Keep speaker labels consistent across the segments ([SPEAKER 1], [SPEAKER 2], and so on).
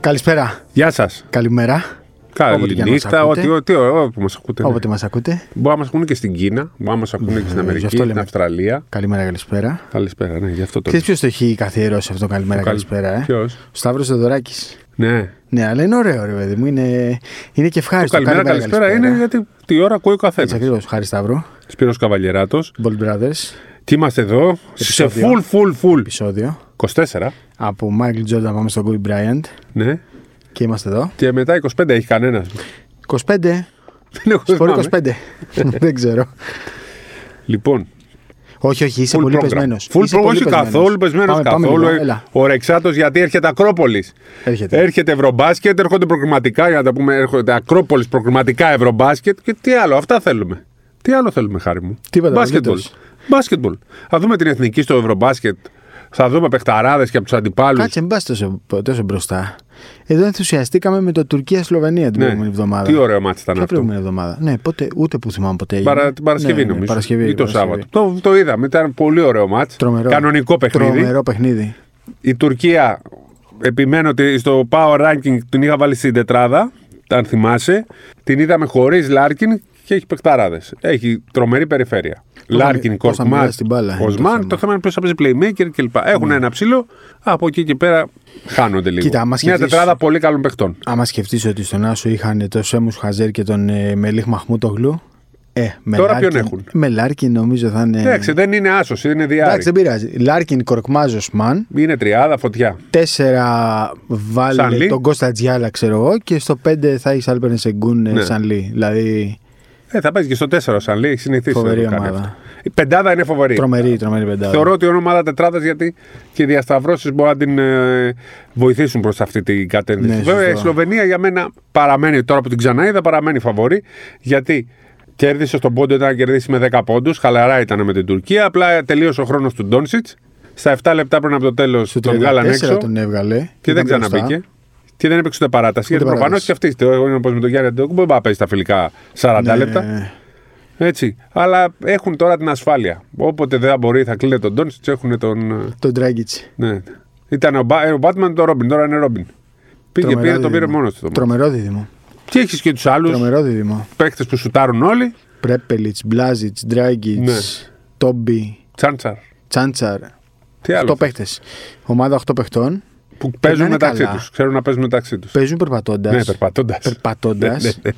[SPEAKER 1] Καλησπέρα.
[SPEAKER 2] Γεια σας.
[SPEAKER 1] Καλημέρα. Όποτε και
[SPEAKER 2] Καλή
[SPEAKER 1] να μας
[SPEAKER 2] νύχτα.
[SPEAKER 1] ακούτε.
[SPEAKER 2] Ό,τι, ό,τι, ό,τι που μας ακούτε. ναι.
[SPEAKER 1] Όποτε μας ακούτε.
[SPEAKER 2] Μπορεί να μας ακούνε και στην Κίνα, μπορεί να μας ακούνε και στην
[SPEAKER 1] Ε, γι'
[SPEAKER 2] Αμερική,
[SPEAKER 1] αυτό
[SPEAKER 2] στην
[SPEAKER 1] λέμε.
[SPEAKER 2] Αυστραλία.
[SPEAKER 1] Καλημέρα, καλησπέρα.
[SPEAKER 2] Καλησπέρα, ναι, γι' αυτό το.
[SPEAKER 1] Ξέρεις ποιος το έχει καθιερώσει αυτό, καλημέρα, καλησπέρα. Ε?
[SPEAKER 2] Ποιος.
[SPEAKER 1] Ο Σταύρος Θεοδωράκης.
[SPEAKER 2] Ναι.
[SPEAKER 1] Ναι, αλλά είναι ωραίο, ρε παιδί μου. Είναι, είναι και
[SPEAKER 2] Το
[SPEAKER 1] ευχάριστο.
[SPEAKER 2] καλημέρα, καλησπέρα είναι γιατί τη ώρα ακούει ο καθένας.
[SPEAKER 1] ακριβώς. Χάρη Σταύρο.
[SPEAKER 2] Σπύρος Καβαλιεράτος.
[SPEAKER 1] Bold Brothers.
[SPEAKER 2] Και είμαστε εδώ σε
[SPEAKER 1] Επεισόδιο.
[SPEAKER 2] full, full, full.
[SPEAKER 1] Επεισόδιο.
[SPEAKER 2] 24.
[SPEAKER 1] Από Michael Jordan πάμε στον Kobe Bryant.
[SPEAKER 2] Ναι.
[SPEAKER 1] Και είμαστε εδώ.
[SPEAKER 2] Και μετά 25 έχει κανένας.
[SPEAKER 1] 25.
[SPEAKER 2] Δεν έχω
[SPEAKER 1] Σπορ
[SPEAKER 2] θυμάμαι.
[SPEAKER 1] 25. Δεν ξέρω.
[SPEAKER 2] Λοιπόν,
[SPEAKER 1] Όχι, όχι, είσαι
[SPEAKER 2] full
[SPEAKER 1] πολύ
[SPEAKER 2] program.
[SPEAKER 1] πεσμένος.
[SPEAKER 2] Full program, όχι καθόλου πεσμένος. Καθόλου. Ε, Ο Ρεξάτος γιατί έρχεται Ακρόπολης.
[SPEAKER 1] Έρχεται.
[SPEAKER 2] Έρχεται Ευρωμπάσκετ, έρχονται προκριματικά, για να τα πούμε, έρχονται Ακρόπολης προκριματικά Ευρωμπάσκετ και τι άλλο, αυτά θέλουμε. Τι άλλο θέλουμε, χάρη μου.
[SPEAKER 1] Τίποτα,
[SPEAKER 2] Μπάσκετμπολ.
[SPEAKER 1] απολύτως.
[SPEAKER 2] Μπάσκετμπολ. Θα δούμε την εθνική στο Ευρωμπάσκετ. Θα δούμε παιχταράδες και από τους αντιπάλους.
[SPEAKER 1] Κάτσε, μην πας τόσο, τόσο μπροστά. Εδώ ενθουσιαστήκαμε με το Τουρκία-Σλοβενία την προηγούμενη εβδομάδα.
[SPEAKER 2] Ναι. Τι ωραίο μάτι ήταν
[SPEAKER 1] Ποια
[SPEAKER 2] αυτό.
[SPEAKER 1] προηγούμενη εβδομάδα. Ναι, πότε, ούτε που θυμάμαι ποτέ. έγινε.
[SPEAKER 2] Παρα, την Παρασκευή
[SPEAKER 1] Ναι, ναι,
[SPEAKER 2] νομίζω.
[SPEAKER 1] Παρασκευή,
[SPEAKER 2] ή το
[SPEAKER 1] Παρασκευή.
[SPEAKER 2] Σάββατο. Το, το είδαμε. Ήταν πολύ ωραίο μάτς.
[SPEAKER 1] Τρομερό.
[SPEAKER 2] Κανονικό παιχνίδι.
[SPEAKER 1] Τρομερό παιχνίδι.
[SPEAKER 2] Η Τουρκία, επιμένω ότι στο power ranking την είχα βάλει στην τετράδα, αν θυμάσαι. Την είδαμε χωρίς Λάρκιν και έχει παιχταράδες. Έχει τρομερή περιφέρεια. Λάρκιν,
[SPEAKER 1] πώς θα
[SPEAKER 2] Κορκμάν,
[SPEAKER 1] μοιράσει την μπάλα είναι το θέμα. Ναι.
[SPEAKER 2] Οσμάν. Το θέμα είναι ποιο θα παίζει playmaker κλπ. Έχουν ένα ψήλο. Από εκεί και πέρα χάνονται λίγο.
[SPEAKER 1] Κοίτα, άμα
[SPEAKER 2] Μια
[SPEAKER 1] σκεφτείς-
[SPEAKER 2] τετράδα πολύ καλών παιχτών.
[SPEAKER 1] Άμα σκεφτείς ότι στον Άσο είχαν τον Σέμους Χαζέρ και τον ε, Μελίχ Μαχμούτογλου. Ε, με
[SPEAKER 2] Τώρα
[SPEAKER 1] Λάρκιν-
[SPEAKER 2] ποιον έχουν?
[SPEAKER 1] Με
[SPEAKER 2] Ναι,
[SPEAKER 1] Λάρκιν νομίζω θα είναι.
[SPEAKER 2] Εντάξει, δεν είναι άσος, είναι
[SPEAKER 1] Ε. Εντάξει,
[SPEAKER 2] διάρρη.
[SPEAKER 1] δεν πειράζει. Λάρκιν Κορκμάζος Μαν.
[SPEAKER 2] Είναι τριάδα, φωτιά.
[SPEAKER 1] Τέσσερα βάλε
[SPEAKER 2] Σανλί.
[SPEAKER 1] τον Κώστα Τζιάλα, ξέρω εγώ. Και στο πέντε θα έχεις Άλπερν Σεγκούν
[SPEAKER 2] Ναι.
[SPEAKER 1] ε, Σανλί. Δηλαδή
[SPEAKER 2] Ε, θα παίζει και στο 4 σαν λέει, έχει συνηθίσει. να το
[SPEAKER 1] Φοβερή
[SPEAKER 2] κάνεις
[SPEAKER 1] ομάδα.
[SPEAKER 2] αυτό. Η πεντάδα είναι φοβερή.
[SPEAKER 1] τρομερή, τρομερή πεντάδα.
[SPEAKER 2] Θεωρώ ότι η ομάδα τετράδας γιατί και οι διασταυρώσεις μπορεί να την ε, βοηθήσουν προς αυτή την κατεύθυνση.
[SPEAKER 1] Ναι,
[SPEAKER 2] Βέβαια, η
[SPEAKER 1] σωστό.
[SPEAKER 2] Σλοβενία για μένα παραμένει τώρα που την ξαναείδα, παραμένει φαβορή. Γιατί κέρδισε στον πόντο, ήταν να κερδίσει με 10 πόντους, χαλαρά ήταν με την Τουρκία. Απλά τελείωσε ο χρόνος του Ντόνσιτ. Στα 7 λεπτά πριν από το τέλος
[SPEAKER 1] Στο
[SPEAKER 2] τον βγάλαν
[SPEAKER 1] 34
[SPEAKER 2] έξω
[SPEAKER 1] τον έβγαλε.
[SPEAKER 2] και δεν
[SPEAKER 1] Ήταν μπροστά. Ναι,
[SPEAKER 2] ξαναμπήκε. Και δεν έπαιξε ούτε παράταση.
[SPEAKER 1] Ούτε
[SPEAKER 2] γιατί προφανώς
[SPEAKER 1] παράταση.
[SPEAKER 2] και αυτή. Εγώ είναι όπως με τον Γιάννη Αντοκούμπο, δεν πάει να παίζει τα φιλικά 40
[SPEAKER 1] Ναι,
[SPEAKER 2] λεπτά.
[SPEAKER 1] ναι, ναι.
[SPEAKER 2] Έτσι. Αλλά έχουν τώρα την ασφάλεια. Όποτε δεν μπορεί, θα κλείνει τον Ντόνσιτ, έχουν τον. ε,
[SPEAKER 1] Τον Dragic.
[SPEAKER 2] Ναι. Ήταν ο, Μπα, ε, ο Batman το Ρόμπιν, τώρα είναι Ρόμπιν. Πήγε,
[SPEAKER 1] Τρομερό
[SPEAKER 2] πήρε, το πήρε
[SPEAKER 1] δίδυμο.
[SPEAKER 2] μόνος του. το
[SPEAKER 1] Τρομερό δίδυμο.
[SPEAKER 2] μάτι. Και έχεις και τους άλλους
[SPEAKER 1] Τρομερό δίδυμο.
[SPEAKER 2] παίχτε που σουτάρουν όλοι.
[SPEAKER 1] Πρέπελιτ, Μπλάζιτ, Ντράγκιτ,
[SPEAKER 2] Ναι.
[SPEAKER 1] Τόμπι,
[SPEAKER 2] Τσάντσαρ.
[SPEAKER 1] Τσάντσαρ.
[SPEAKER 2] Τι
[SPEAKER 1] 8
[SPEAKER 2] άλλος.
[SPEAKER 1] παίχτε. Ομάδα 8 παιχτών.
[SPEAKER 2] Που παίζουν
[SPEAKER 1] Περνάνε
[SPEAKER 2] μεταξύ
[SPEAKER 1] καλά.
[SPEAKER 2] τους. Ξέρουν να παίζουν μεταξύ τους.
[SPEAKER 1] Παίζουν περπατώντας.
[SPEAKER 2] Ναι, περπατώντας.
[SPEAKER 1] Περπατώντας.
[SPEAKER 2] Ναι, ναι,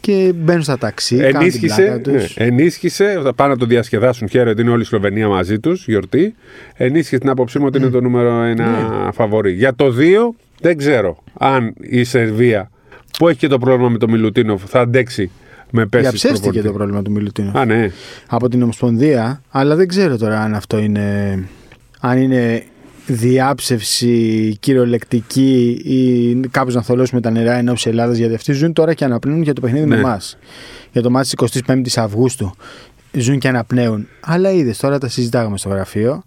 [SPEAKER 1] Και μπαίνουν στα ταξί. κάνουν την
[SPEAKER 2] Ενίσχυσε,
[SPEAKER 1] πλάκα
[SPEAKER 2] ναι,
[SPEAKER 1] τους.
[SPEAKER 2] ενίσχυσε, θα πάνε να το διασκεδάσουν. Χαίρετε, είναι όλη η Σλοβενία μαζί τους, γιορτή. Ενίσχυσε την άποψή μου ότι είναι το νούμερο ένα
[SPEAKER 1] Ναι.
[SPEAKER 2] φαβορή. Για το 2, δεν ξέρω αν η Σερβία που έχει και το πρόβλημα με τον Μιλουτίνοφ θα αντέξει με πέσει.
[SPEAKER 1] Διαψεύστηκε το πρόβλημα του Μιλουτίνου.
[SPEAKER 2] Α, ναι.
[SPEAKER 1] από την Ομοσπονδία, αλλά δεν ξέρω τώρα αν αυτό είναι. αν είναι διάψευση κυριολεκτική ή κάπως να θολώσουμε τα νερά εν ώψη Ελλάδας, γιατί αυτοί ζουν τώρα και αναπνέουν για το παιχνίδι με
[SPEAKER 2] Ναι.
[SPEAKER 1] εμάς. Για το μάτι τη 25η Αυγούστου. Ζουν και αναπνέουν. Αλλά είδες τώρα τα συζητάγαμε στο γραφείο.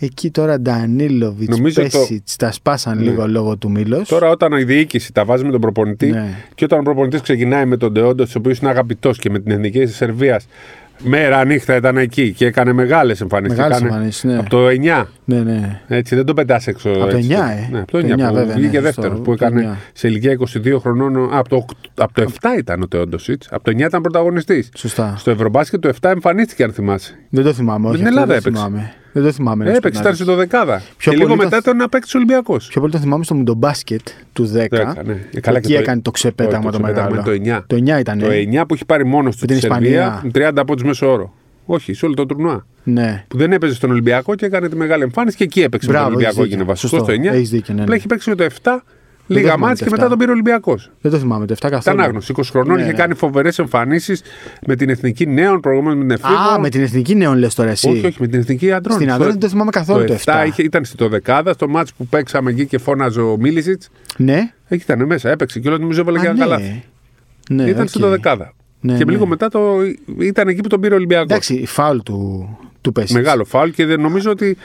[SPEAKER 1] Εκεί τώρα Ντανίλοβιτ,
[SPEAKER 2] Νομίζω το- Ναι.
[SPEAKER 1] Πέσιτ, τα σπάσαν λίγο λόγω του Μήλος.
[SPEAKER 2] Τώρα, όταν η διοίκηση τα βάζει με τον προπονητή
[SPEAKER 1] Ναι.
[SPEAKER 2] και όταν ο προπονητής ξεκινάει με τον Ντεόντος, ο οποίος είναι αγαπητός και με την εθνική της Σερβίας, μέρα νύχτα ήταν εκεί και έκανε μεγάλες εμφανίσεις.
[SPEAKER 1] Μεγάλες εμφανίσεις, ναι.
[SPEAKER 2] Από το 9.
[SPEAKER 1] Ναι, ναι.
[SPEAKER 2] Έτσι, δεν το πετάς έξω.
[SPEAKER 1] το
[SPEAKER 2] έτσι.
[SPEAKER 1] εννιά, ε.
[SPEAKER 2] Ναι, από το
[SPEAKER 1] Το
[SPEAKER 2] 9,
[SPEAKER 1] εννιά,
[SPEAKER 2] που
[SPEAKER 1] βέβαια, ναι,
[SPEAKER 2] βγήκε
[SPEAKER 1] σωστό,
[SPEAKER 2] δεύτερο.
[SPEAKER 1] από
[SPEAKER 2] Που
[SPEAKER 1] το
[SPEAKER 2] έκανε
[SPEAKER 1] εννιά.
[SPEAKER 2] σε ηλικία 22 χρονών. Α, Από το, 8 από το 7 ήταν ο Τεόντοσιτ. Από το 9 ήταν πρωταγωνιστής.
[SPEAKER 1] Σωστά.
[SPEAKER 2] Στο Ευρωμπάσκετ το 7 εμφανίστηκε, αν θυμάσαι.
[SPEAKER 1] Δεν το θυμάμαι. Όχι,
[SPEAKER 2] την
[SPEAKER 1] αυτό
[SPEAKER 2] Ελλάδα
[SPEAKER 1] δεν
[SPEAKER 2] έπαιξε. Ε,
[SPEAKER 1] θυμάμαι. Δεν το θυμάμαι. να σου πω
[SPEAKER 2] Έπαιξε,
[SPEAKER 1] την
[SPEAKER 2] ήταν
[SPEAKER 1] αλήθεια.
[SPEAKER 2] στο 12. Και
[SPEAKER 1] Ε, Πιο
[SPEAKER 2] λίγο
[SPEAKER 1] πολύ το-
[SPEAKER 2] μετά ήταν να παίξει Ολυμπιακός.
[SPEAKER 1] Πιο πολύ το θυμάμαι στο Μουντομπάσκετ του 10.
[SPEAKER 2] Δέκα, ναι. Ε, καλά,
[SPEAKER 1] Εκεί
[SPEAKER 2] και το-
[SPEAKER 1] έκανε το ξεπέταγμα
[SPEAKER 2] το
[SPEAKER 1] το,
[SPEAKER 2] ξεπέταγμα
[SPEAKER 1] μεγάλο.
[SPEAKER 2] είναι το εννιά.
[SPEAKER 1] Το 9 ήταν. ε?
[SPEAKER 2] Το 9 που έχει πάρει μόνος του
[SPEAKER 1] την
[SPEAKER 2] τη Σερβία,
[SPEAKER 1] Ισπανία.
[SPEAKER 2] 30 πόντους μέσω όρο. Όχι, σε όλο το τουρνουά.
[SPEAKER 1] Ναι.
[SPEAKER 2] Που δεν έπαιζε στον Ολυμπιακό και έκανε τη μεγάλη εμφάνιση και εκεί έπαιξε
[SPEAKER 1] Μπράβο,
[SPEAKER 2] με τον Ολυμπιακό.
[SPEAKER 1] έχεις
[SPEAKER 2] Έγινε
[SPEAKER 1] δίκιο.
[SPEAKER 2] βασικό
[SPEAKER 1] Σωστό,
[SPEAKER 2] στο 9.
[SPEAKER 1] έχεις δίκιο, ναι, ναι.
[SPEAKER 2] Απλά έχει παίξει με το 7, λίγα
[SPEAKER 1] θυμάμαι
[SPEAKER 2] μάτς
[SPEAKER 1] το
[SPEAKER 2] και
[SPEAKER 1] 7.
[SPEAKER 2] μετά τον πήρε ο Ολυμπιακός.
[SPEAKER 1] Δεν το θυμάμαι το 7 καθόλου.
[SPEAKER 2] Ήταν άγνωστος. 20 χρονών
[SPEAKER 1] Ναι,
[SPEAKER 2] είχε
[SPEAKER 1] ναι.
[SPEAKER 2] κάνει φοβερές εμφανίσεις με την εθνική νέων, προηγούμενο με την Εφήβο.
[SPEAKER 1] Α, με την εθνική νέων λες τώρα εσύ.
[SPEAKER 2] Όχι, όχι, με την εθνική αντρών.
[SPEAKER 1] Στην
[SPEAKER 2] Στο-
[SPEAKER 1] Αδρών δεν το θυμάμαι καθόλου το 7.
[SPEAKER 2] Είχε, ήταν στο δεκάδα, στο μάτς που παίξαμε εκεί και φώναζε ο Μίλισιτ.
[SPEAKER 1] Ναι.
[SPEAKER 2] Εκεί ήταν μέσα, έπαιξε και όλο νομίζω έβαλε
[SPEAKER 1] Α,
[SPEAKER 2] και ένα
[SPEAKER 1] ναι.
[SPEAKER 2] καλάθι.
[SPEAKER 1] Ναι,
[SPEAKER 2] ήταν
[SPEAKER 1] οκ.
[SPEAKER 2] στο δεκάδα.
[SPEAKER 1] Ναι,
[SPEAKER 2] και
[SPEAKER 1] ναι.
[SPEAKER 2] λίγο μετά το, ήταν εκεί που τον πήρε ο Ολυμπιακός.
[SPEAKER 1] Εντάξει, η φάουλ του, του Πέσιτς.
[SPEAKER 2] Μεγάλο φάουλ και δεν νομίζω ότι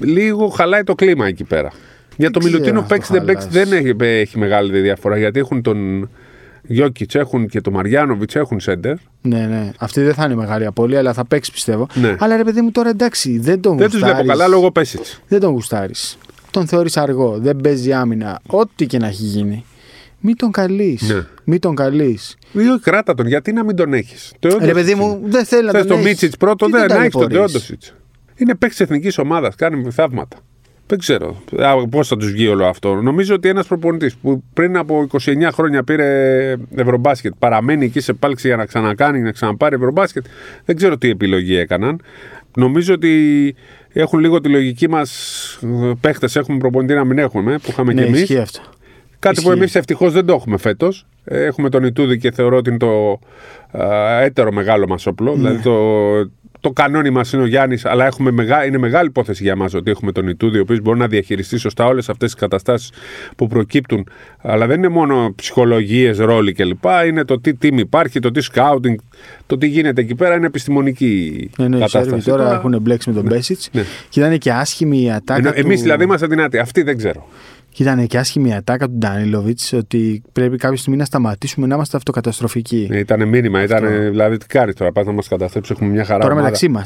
[SPEAKER 2] λίγο χαλάει το κλίμα εκεί πέρα. Για το
[SPEAKER 1] ξέρω
[SPEAKER 2] Μιλουτίνο
[SPEAKER 1] αν το
[SPEAKER 2] παίξει δεν παίξει
[SPEAKER 1] χαλάς.
[SPEAKER 2] δεν έχει, έχει μεγάλη διαφορά γιατί έχουν τον Γιώκητ, έχουν και τον Μαριάνοβιτ, έχουν σέντερ.
[SPEAKER 1] Ναι, ναι. Αυτή δεν θα είναι μεγάλη απώλεια, αλλά θα παίξει πιστεύω.
[SPEAKER 2] Ναι.
[SPEAKER 1] Αλλά ρε παιδί μου τώρα εντάξει, δεν τον
[SPEAKER 2] Δεν τους βλέπω
[SPEAKER 1] γουστάρεις.
[SPEAKER 2] καλά λόγω Πέσιτ.
[SPEAKER 1] Δεν τον γουστάρεις. τον θεωρείς αργό, δεν παίζει άμυνα, ό,τι και να έχει γίνει. Μην τον καλείς.
[SPEAKER 2] Ναι.
[SPEAKER 1] Μην τον καλείς.
[SPEAKER 2] Δύο κράτα τον, γιατί να μην τον έχεις.
[SPEAKER 1] Ρε παιδί μου, δεν θέλει να
[SPEAKER 2] Θες
[SPEAKER 1] τον
[SPEAKER 2] τον
[SPEAKER 1] έχεις.
[SPEAKER 2] Μίτσιτ πρώτο,
[SPEAKER 1] Τι
[SPEAKER 2] δεν να έχεις τον
[SPEAKER 1] ταλαιπωρείς.
[SPEAKER 2] Τεόντοσιτ. Είναι παίκτης εθνικής ομάδας, κάνει θαύματα. Δεν ξέρω πώς θα τους βγει όλο αυτό. Νομίζω ότι ένας προπονητής που πριν από 29 χρόνια πήρε Ευρωμπάσκετ, παραμένει εκεί σε πάλξη για να ξανακάνει, να ξαναπάρει Ευρωμπάσκετ, δεν ξέρω τι επιλογή έκαναν. Νομίζω ότι έχουν λίγο τη λογική μας παίχτες, έχουμε προπονητή να μην έχουμε, που είχαμε
[SPEAKER 1] Ναι,
[SPEAKER 2] κι εμείς.
[SPEAKER 1] ισχύει αυτό.
[SPEAKER 2] Κάτι που
[SPEAKER 1] Ισχύει.
[SPEAKER 2] εμείς ευτυχώς δεν το έχουμε φέτος. Έχουμε τον Ιτούδη και θεωρώ ότι είναι το α, έτερο μεγάλο μας
[SPEAKER 1] Ναι.
[SPEAKER 2] όπλο. Δηλαδή το, το κανόνι μας είναι ο Γιάννης, αλλά έχουμε μεγά, είναι μεγάλη υπόθεση για μας ότι έχουμε τον Ιτούδη, ο οποίος μπορεί να διαχειριστεί σωστά όλες αυτές τις καταστάσεις που προκύπτουν. Αλλά δεν είναι μόνο ψυχολογίες, ρόλοι κλπ. Είναι το τι team υπάρχει, το τι scouting, το τι γίνεται εκεί πέρα. Είναι επιστημονική
[SPEAKER 1] Ναι, ναι, οι Σέρβοι
[SPEAKER 2] κατάσταση. Ναι.
[SPEAKER 1] τώρα έχουν μπλέξει με τον Μπέσιτ και ήταν και άσχημη η ατάκα. του...
[SPEAKER 2] Εμεί δηλαδή είμαστε δυνατοί. Αυτοί δεν ξέρω.
[SPEAKER 1] Και ήταν και άσχημη η ατάκα του Ντάνιλοβιτ ότι πρέπει κάποια στιγμή να σταματήσουμε να είμαστε αυτοκαταστροφικοί.
[SPEAKER 2] Ήταν μήνυμα, ήταν δηλαδή τι κάνεις τώρα. Πας να μας καταστρέψεις, έχουμε μια χαρά.
[SPEAKER 1] Τώρα
[SPEAKER 2] ομάδα.
[SPEAKER 1] μεταξύ μας.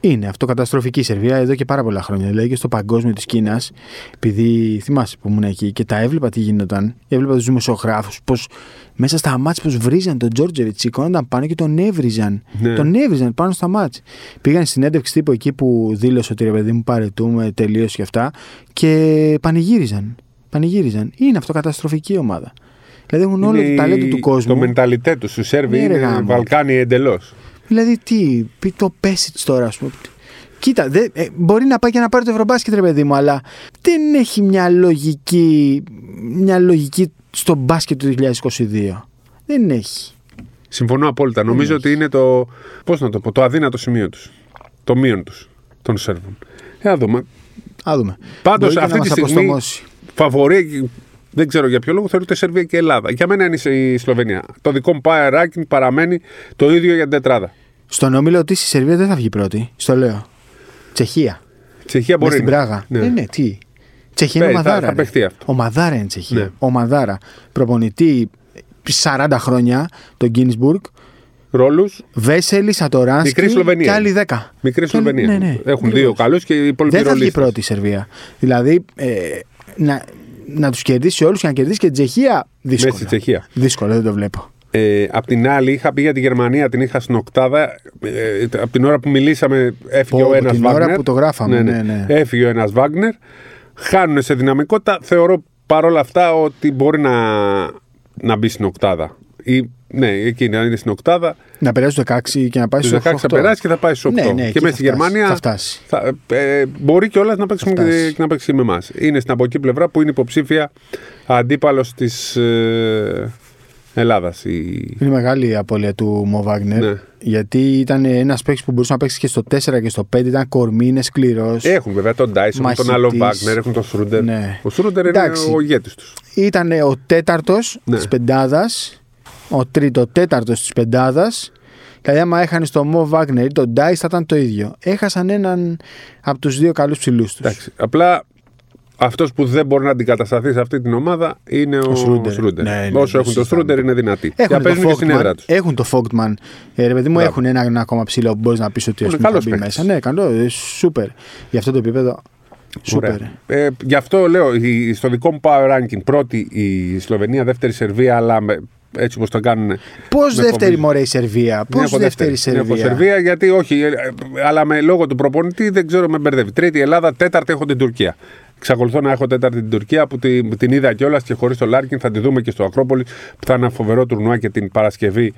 [SPEAKER 1] Είναι αυτοκαταστροφική η Σερβία εδώ και πάρα πολλά χρόνια. Δηλαδή και στο παγκόσμιο της Κίνας, επειδή θυμάσαι που ήμουν εκεί και τα έβλεπα τι γινόταν, έβλεπα τους δημοσιογράφους πώς μέσα στα μάτια πώ βρίζαν τον Τζόρτζεβιτ, σηκώνονταν πάνω και τον έβριζαν.
[SPEAKER 2] Ναι.
[SPEAKER 1] Τον έβριζαν πάνω στα μάτια. Πήγαν στην συνέντευξη τύπου εκεί που δήλωσε ότι ρε παιδί μου παρετούμε, τελείωσε και αυτά και πανηγύριζαν. Πανηγύριζαν. Είναι αυτοκαταστροφική ομάδα. Δηλαδή έχουν όλο
[SPEAKER 2] Είναι
[SPEAKER 1] το ταλέντο
[SPEAKER 2] η-
[SPEAKER 1] του κόσμου.
[SPEAKER 2] Το μενταλιτέ τους. Οι Σέρβοι
[SPEAKER 1] Ναι, ρε
[SPEAKER 2] είναι
[SPEAKER 1] γάμο.
[SPEAKER 2] Βαλκάνοι εντελώς.
[SPEAKER 1] Δηλαδή τι, πει το Πέσιτ τώρα, ας πούμε. Κοίτα, δε, ε, μπορεί να πάει και να πάρει το ευρωμπάσκετ, ρε παιδί μου, αλλά δεν έχει μια λογική, μια λογική στο μπάσκετ του 2022. Δεν έχει.
[SPEAKER 2] Συμφωνώ απόλυτα.
[SPEAKER 1] Ναι,
[SPEAKER 2] Νομίζω ότι είναι το. Πώς να το πω, το αδύνατο σημείο τους. Το μείον τους. Των Σέρβων. Για να δούμε.
[SPEAKER 1] Ας δούμε.
[SPEAKER 2] Πάντως,
[SPEAKER 1] Μπορεί και
[SPEAKER 2] αυτή
[SPEAKER 1] να
[SPEAKER 2] τη
[SPEAKER 1] μας
[SPEAKER 2] στιγμή-
[SPEAKER 1] αποστομώσει.
[SPEAKER 2] Φαβορή, δεν ξέρω για ποιο λόγο, θεωρείται Σερβία και Ελλάδα. Για μένα είναι η Σλοβενία. Το δικό μου power ranking παραμένει το ίδιο για την τετράδα.
[SPEAKER 1] Στον όμιλο τη η Σερβία δεν θα βγει πρώτη. Στο λέω. Τσεχία.
[SPEAKER 2] Τσεχία
[SPEAKER 1] Μες
[SPEAKER 2] Ε, μπορεί.
[SPEAKER 1] στην
[SPEAKER 2] να είναι.
[SPEAKER 1] Πράγα.
[SPEAKER 2] Ναι.
[SPEAKER 1] Ναι, ναι, τι. Τσεχία είναι
[SPEAKER 2] Ε, θα-
[SPEAKER 1] ομαδάρα.
[SPEAKER 2] θα
[SPEAKER 1] ρε.
[SPEAKER 2] παιχτεί αυτό.
[SPEAKER 1] Ομαδάρα είναι Τσεχία.
[SPEAKER 2] Ναι.
[SPEAKER 1] Ομαδάρα. Προπονητή 40 χρόνια, τον Γκίνσμπουργκ.
[SPEAKER 2] Ρόλους,
[SPEAKER 1] Βέσελη, Ατοράνσκι
[SPEAKER 2] Μικρή Σλοβενία.
[SPEAKER 1] και άλλοι 10. Και
[SPEAKER 2] μικρή
[SPEAKER 1] άλλοι-
[SPEAKER 2] Σλοβενία.
[SPEAKER 1] ναι, ναι.
[SPEAKER 2] Έχουν δύο καλούς και οι υπόλοιποι
[SPEAKER 1] Δεν θα βγει
[SPEAKER 2] ρολίστες.
[SPEAKER 1] πρώτη η Σερβία. Δηλαδή ε, να, να τους κερδίσει όλους και να κερδίσει και την Τσεχία. Δύσκολο.
[SPEAKER 2] στη Τσεχία.
[SPEAKER 1] Δύσκολο, δεν το βλέπω.
[SPEAKER 2] Ε, απ' την άλλη, είχα πει για τη Γερμανία, την είχα στην Οκτάδα. Ε, από την ώρα που μιλήσαμε, έφυγε
[SPEAKER 1] Πω,
[SPEAKER 2] ο
[SPEAKER 1] από
[SPEAKER 2] ένας
[SPEAKER 1] την ώρα
[SPEAKER 2] Βάγνερ.
[SPEAKER 1] που το γράφαμε,
[SPEAKER 2] Ναι, ναι.
[SPEAKER 1] ναι, ναι.
[SPEAKER 2] Έφυγε ο ένας Βάγνερ. Χάνουν σε δυναμικότητα. Θεωρώ παρόλα αυτά ότι μπορεί να, να μπει στην Οκτάδα. Ή, ναι, εκεί να είναι στην Οκτάδα.
[SPEAKER 1] Να περάσει το 16 και να πάει
[SPEAKER 2] Του
[SPEAKER 1] στο
[SPEAKER 2] 16
[SPEAKER 1] 8.
[SPEAKER 2] θα περάσει και θα πάει στου 8.
[SPEAKER 1] Ε, Ναι, ναι, εκεί
[SPEAKER 2] και
[SPEAKER 1] θα
[SPEAKER 2] μέσα στη
[SPEAKER 1] φτάσει,
[SPEAKER 2] Γερμανία.
[SPEAKER 1] θα φτάσει.
[SPEAKER 2] θα- ε, μπορεί κιόλας να, παίξουμε
[SPEAKER 1] Θα φτάσει.
[SPEAKER 2] και- και να παίξει με εμάς. Είναι στην από εκεί πλευρά που είναι υποψήφια αντίπαλος της ε, Ελλάδας. Η...
[SPEAKER 1] Είναι μεγάλη η απώλεια του Μο Βάγνερ.
[SPEAKER 2] Ναι.
[SPEAKER 1] Γιατί ήταν ένας παίκτης που μπορούσε να παίξει και στο 4 και στο 5. Ήταν κορμί, είναι σκληρός.
[SPEAKER 2] Έχουν βέβαια τον Ντάισον,
[SPEAKER 1] Μαχητής.
[SPEAKER 2] τον άλλο Βάγνερ, έχουν τον Σρούντερ.
[SPEAKER 1] Ναι.
[SPEAKER 2] Ο Σρούντερ
[SPEAKER 1] Εντάξει.
[SPEAKER 2] είναι ο ηγέτης τους.
[SPEAKER 1] Ήταν ο τέταρτος
[SPEAKER 2] Ναι.
[SPEAKER 1] της τη πεντάδας. Ο τρίτο τέταρτος της πεντάδας. Δηλαδή, άμα έχανε τον Μο Βάγνερ ή τον Ντάι, θα ήταν το ίδιο. Έχασαν έναν από τους δύο καλούς ψηλούς τους.
[SPEAKER 2] Εντάξει. Απλά αυτός που δεν μπορεί να αντικατασταθεί σε αυτή την ομάδα είναι ο,
[SPEAKER 1] Σρούντερ.
[SPEAKER 2] Σρούντερ.
[SPEAKER 1] Ναι, ναι,
[SPEAKER 2] Όσο
[SPEAKER 1] ναι,
[SPEAKER 2] έχουν τον
[SPEAKER 1] συζητάμε.
[SPEAKER 2] Σρούντερ είναι δυνατοί.
[SPEAKER 1] Έχουν
[SPEAKER 2] και παίζουν και
[SPEAKER 1] το
[SPEAKER 2] στην έδρα
[SPEAKER 1] Fogman.
[SPEAKER 2] τους.
[SPEAKER 1] Έχουν το Fogman. Ε, ρε παιδί μου,
[SPEAKER 2] Μπράβο.
[SPEAKER 1] έχουν έναν ένα ακόμα ψηλό που μπορείς να πεις ότι ας
[SPEAKER 2] Είναι
[SPEAKER 1] πούμε, θα
[SPEAKER 2] καλός
[SPEAKER 1] μπει
[SPEAKER 2] παίκτης.
[SPEAKER 1] μέσα. Ναι, καλό. ε, Σούπερ. Για αυτό το επίπεδο. Σούπερ.
[SPEAKER 2] Ε, γι' αυτό λέω η- στο δικό μου power ranking πρώτη η Σλοβενία, δεύτερη η Σερβία, αλλά με- έτσι όπως το κάνουν.
[SPEAKER 1] Πώς
[SPEAKER 2] με
[SPEAKER 1] δεύτερη
[SPEAKER 2] φοβίζει.
[SPEAKER 1] μωρέ η Σερβία. Πώ
[SPEAKER 2] Ναι, έχω
[SPEAKER 1] δεύτερη η
[SPEAKER 2] Ναι, έχω
[SPEAKER 1] Σερβία.
[SPEAKER 2] Σερβία, γιατί όχι, ε, ε, αλλά με λόγο του προπονητή δεν ξέρω, με μπερδεύει. Τρίτη Ελλάδα, τέταρτη έχω την Τουρκία. Ξακολουθώ να έχω τέταρτη την Τουρκία που την, την είδα κιόλας και χωρίς το Λάρκιν θα τη δούμε και στο Ακρόπολη που θα είναι ένα φοβερό τουρνουά και την Παρασκευή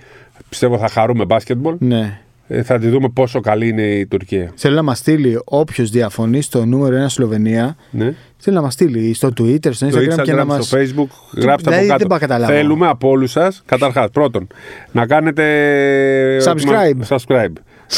[SPEAKER 2] πιστεύω θα χαρούμε μπάσκετμπολ.
[SPEAKER 1] Ναι.
[SPEAKER 2] Ε, θα τη δούμε πόσο καλή είναι η Τουρκία.
[SPEAKER 1] Θέλω να μας στείλει όποιος διαφωνεί στο νούμερο 1 Σλοβενία.
[SPEAKER 2] Ναι.
[SPEAKER 1] Θέλω να μας στείλει στο Twitter, στο
[SPEAKER 2] Το
[SPEAKER 1] Instagram, και να
[SPEAKER 2] Instagram,
[SPEAKER 1] μα.
[SPEAKER 2] στο Facebook, γράψτε
[SPEAKER 1] Δηλαδή,
[SPEAKER 2] από
[SPEAKER 1] δεν πάω
[SPEAKER 2] κάτω.
[SPEAKER 1] καταλάβω.
[SPEAKER 2] Θέλουμε από όλους σας, καταρχάς, πρώτον, να κάνετε.
[SPEAKER 1] Subscribe.
[SPEAKER 2] subscribe.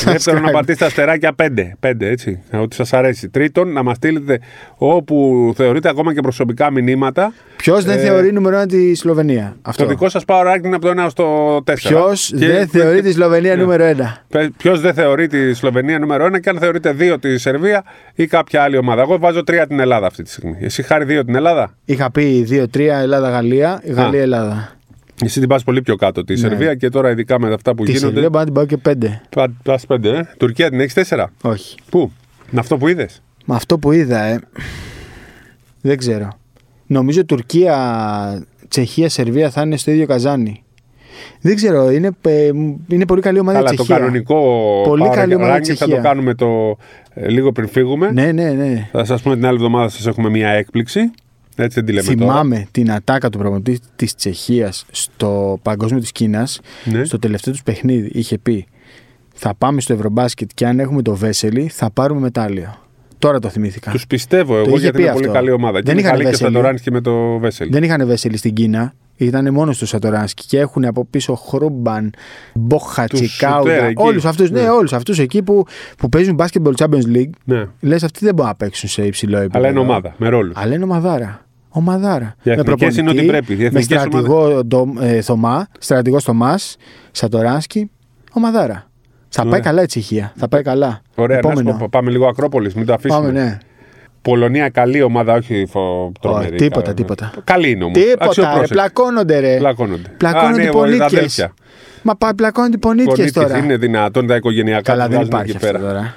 [SPEAKER 2] Δεύτερον, να
[SPEAKER 1] Subscribe.
[SPEAKER 2] πατήσετε αστεράκια 5. 5 έτσι, ό,τι σας αρέσει. Τρίτον, να μας στείλετε όπου θεωρείτε ακόμα και προσωπικά μηνύματα.
[SPEAKER 1] Ποιος δεν
[SPEAKER 2] Ε,
[SPEAKER 1] θεωρεί νούμερο 1 τη Σλοβενία. Αυτό.
[SPEAKER 2] Το δικό σας power ranking από το 1 στο 4.
[SPEAKER 1] Ποιο δεν θεωρεί τη Σλοβενία νούμερο 1.
[SPEAKER 2] Ποιο Ναι. δεν θεωρεί τη Σλοβενία νούμερο 1 και αν θεωρείτε 2 τη Σερβία ή κάποια άλλη ομάδα. Εγώ βάζω 3 την Ελλάδα αυτή τη στιγμή. Εσύ χάρη 2 την Ελλάδα.
[SPEAKER 1] Είχα πει 2-3 Ελλάδα-Γαλλία, Γαλλία-Ελλάδα.
[SPEAKER 2] Εσύ την πας πολύ πιο κάτω τη Σερβία και τώρα ειδικά με αυτά που
[SPEAKER 1] Ναι. Τη
[SPEAKER 2] γίνονται.
[SPEAKER 1] Σερβία μπορεί να την πάω και 5.
[SPEAKER 2] Πα- πας πέντε, ε. Τουρκία την έχεις τέσσερα.
[SPEAKER 1] Όχι.
[SPEAKER 2] Πού? Με αυτό που είδες.
[SPEAKER 1] Με αυτό που είδα, ε. Δεν ξέρω. Νομίζω Τουρκία, Τσεχία, Σερβία θα είναι στο ίδιο καζάνι. Δεν ξέρω, είναι, ε, είναι πολύ καλή ομάδα
[SPEAKER 2] Αλλά
[SPEAKER 1] η
[SPEAKER 2] το
[SPEAKER 1] Τσεχία.
[SPEAKER 2] κανονικό
[SPEAKER 1] Πολύ
[SPEAKER 2] power
[SPEAKER 1] καλή ομάδα η
[SPEAKER 2] ranking θα
[SPEAKER 1] Τσεχία.
[SPEAKER 2] το κάνουμε το, ε, λίγο πριν φύγουμε.
[SPEAKER 1] Ναι, ναι, ναι.
[SPEAKER 2] Θα σας πούμε την άλλη εβδομάδα σας έχουμε μια έκπληξη. Έτσι δεν τη λέμε τώρα.
[SPEAKER 1] Θυμάμαι την ατάκα του προπονητή της Τσεχίας στο Παγκόσμιο της Κίνας.
[SPEAKER 2] Ναι.
[SPEAKER 1] Στο τελευταίο τους παιχνίδι είχε πει: Θα πάμε στο Ευρωμπάσκετ και αν έχουμε το Βέσελη, θα πάρουμε μετάλλιο. Τώρα το θυμήθηκα.
[SPEAKER 2] Τους πιστεύω εγώ
[SPEAKER 1] είχε
[SPEAKER 2] γιατί
[SPEAKER 1] πει
[SPEAKER 2] είναι
[SPEAKER 1] αυτό.
[SPEAKER 2] πολύ καλή ομάδα.
[SPEAKER 1] Δεν
[SPEAKER 2] και είναι
[SPEAKER 1] είχαν
[SPEAKER 2] καλή και
[SPEAKER 1] Βέσελη. Ναι.
[SPEAKER 2] στα Ντοράνς και με το Βέσελη.
[SPEAKER 1] Δεν είχαν Βέσελη στην Κίνα. Ήταν μόνος του Σατοράνσκι και έχουν από πίσω Χρούμπαν, Μπόχα,
[SPEAKER 2] Τους
[SPEAKER 1] Τσικάουγα.
[SPEAKER 2] Σουτέρ εκεί.
[SPEAKER 1] Όλου αυτούς ναι,
[SPEAKER 2] Ναι.
[SPEAKER 1] όλους αυτούς εκεί που, που παίζουν Basketball Champions League.
[SPEAKER 2] Ναι.
[SPEAKER 1] Λες αυτοί δεν μπορούν να παίξουν σε υψηλό επίπεδο.
[SPEAKER 2] Αλλά είναι ομάδα με ρόλους.
[SPEAKER 1] Αλλά είναι ομαδάρα. Ομαδάρα.
[SPEAKER 2] Για εθνικές είναι ό,τι πρέπει. Για
[SPEAKER 1] με
[SPEAKER 2] εθνικές
[SPEAKER 1] στρατηγό Ντο- ε, Θωμά, στρατηγός Θωμάς, Σατοράνσκι, ομαδάρα. Θα πάει
[SPEAKER 2] Ωραία.
[SPEAKER 1] καλά η Τσεχία. Θα πάει καλά.
[SPEAKER 2] Ωραία, να σου
[SPEAKER 1] Επόμενο.
[SPEAKER 2] πω, πάμε λίγο Ακρόπολης, μην το αφήσουμε.
[SPEAKER 1] Πάμε, ναι.
[SPEAKER 2] Πολωνία καλή ομάδα, όχι φο... τρομερή.
[SPEAKER 1] τίποτα,
[SPEAKER 2] καλά, ναι.
[SPEAKER 1] τίποτα.
[SPEAKER 2] Καλή είναι όμως.
[SPEAKER 1] Τίποτα, ε, ρε, πλακώνονται ρε.
[SPEAKER 2] Πλακώνονται.
[SPEAKER 1] Πλακώνονται
[SPEAKER 2] Α, ναι,
[SPEAKER 1] πονίτκες.
[SPEAKER 2] τα αδέλφια.
[SPEAKER 1] Μα πα- πλακώνονται πονίτκε τώρα.
[SPEAKER 2] Είναι δυνατόν τα οικογενειακά
[SPEAKER 1] Καλά,
[SPEAKER 2] που
[SPEAKER 1] δεν
[SPEAKER 2] βάζουν
[SPEAKER 1] υπάρχει
[SPEAKER 2] εκεί
[SPEAKER 1] αυτό
[SPEAKER 2] πέρα.
[SPEAKER 1] τώρα.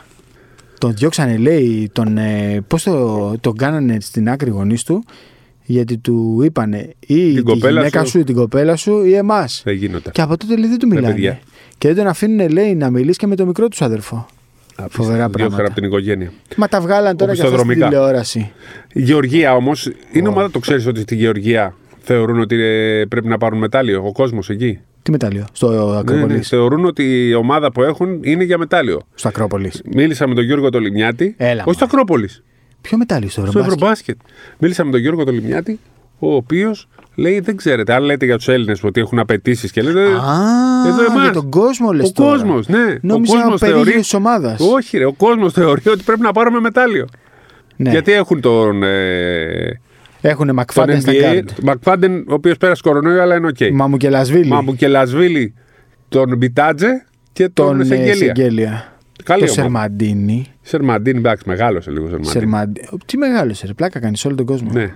[SPEAKER 1] Τον διώξανε, λέει, τον, ε, πώς το, τον κάνανε στην άκρη γονείς του, γιατί του είπανε ή τη
[SPEAKER 2] κοπέλα
[SPEAKER 1] γυναίκα σου.
[SPEAKER 2] σου.
[SPEAKER 1] ή την κοπέλα σου ή εμάς.
[SPEAKER 2] Δεν γίνονται.
[SPEAKER 1] Και από τότε λέει, δεν του μιλάνε.
[SPEAKER 2] Ναι. παιδιά.
[SPEAKER 1] Και δεν τον αφήνουν, λέει, να μιλήσει και με το μικρό τους αδερφό.
[SPEAKER 2] Απίστευτο.
[SPEAKER 1] Φοβερά
[SPEAKER 2] Δύο
[SPEAKER 1] πράγματα.
[SPEAKER 2] χαρά από την οικογένεια.
[SPEAKER 1] Μα τα βγάλαν τώρα και αυτά στην
[SPEAKER 2] Οπισθοδρομικά.
[SPEAKER 1] τηλεόραση.
[SPEAKER 2] Η Γεωργία όμως, είναι ομάδα, το ξέρεις ότι στη Γεωργία θεωρούν ότι ε, πρέπει να πάρουν μετάλλιο. Ο κόσμος εκεί.
[SPEAKER 1] Τι μετάλλιο, στο
[SPEAKER 2] Ναι,
[SPEAKER 1] Ακρόπολη.
[SPEAKER 2] ναι, θεωρούν ότι η ομάδα που έχουν είναι για μετάλλιο.
[SPEAKER 1] Στο Ακρόπολης.
[SPEAKER 2] Μίλησα με τον Γιώργο Τολυμιάτη.
[SPEAKER 1] Έλα,
[SPEAKER 2] όχι στο Ακρόπολης.
[SPEAKER 1] Ποιο μετάλλιο στο
[SPEAKER 2] Στο
[SPEAKER 1] Ευρωμπάσκετ.
[SPEAKER 2] Ευρωμπάσκετ. Μίλησα με τον Γιώργο Τολυμιάτη, ο οποίος λέει: Δεν ξέρετε, αν λέτε για τους Έλληνες ότι έχουν απαιτήσεις και λέτε.
[SPEAKER 1] Α,
[SPEAKER 2] εδώ εμάς.
[SPEAKER 1] για τον κόσμο λες
[SPEAKER 2] Ο κόσμος, ναι. ο
[SPEAKER 1] Νόμιζα
[SPEAKER 2] κόσμος
[SPEAKER 1] περίγυρο της ομάδας.
[SPEAKER 2] Όχι, ρε, ο κόσμος θεωρεί ότι πρέπει να πάρουμε μετάλλιο.
[SPEAKER 1] Ναι.
[SPEAKER 2] Γιατί έχουν τον. Ε...
[SPEAKER 1] Έχουν
[SPEAKER 2] Τον
[SPEAKER 1] Μακφάντεν στα
[SPEAKER 2] NBA,
[SPEAKER 1] κάρτ.
[SPEAKER 2] Μακφάντεν, ο οποίος πέρασε κορονοϊό, αλλά είναι οκ. Okay.
[SPEAKER 1] Μαμουκελασβίλη.
[SPEAKER 2] Μαμπουκελασβίλη, τον Μπιτάτζε και τον,
[SPEAKER 1] Τον ε,
[SPEAKER 2] Σεγγέλια.
[SPEAKER 1] Σεγγέλια.
[SPEAKER 2] Καλή
[SPEAKER 1] Το
[SPEAKER 2] ομάδα.
[SPEAKER 1] Σερμαντίνη.
[SPEAKER 2] Σερμαντίν, εντάξει, μεγάλωσε λίγο Σερμαντίν.
[SPEAKER 1] Σερμαντι... Τι μεγάλο ρε, πλάκα κάνεις όλο τον κόσμο.
[SPEAKER 2] Ναι.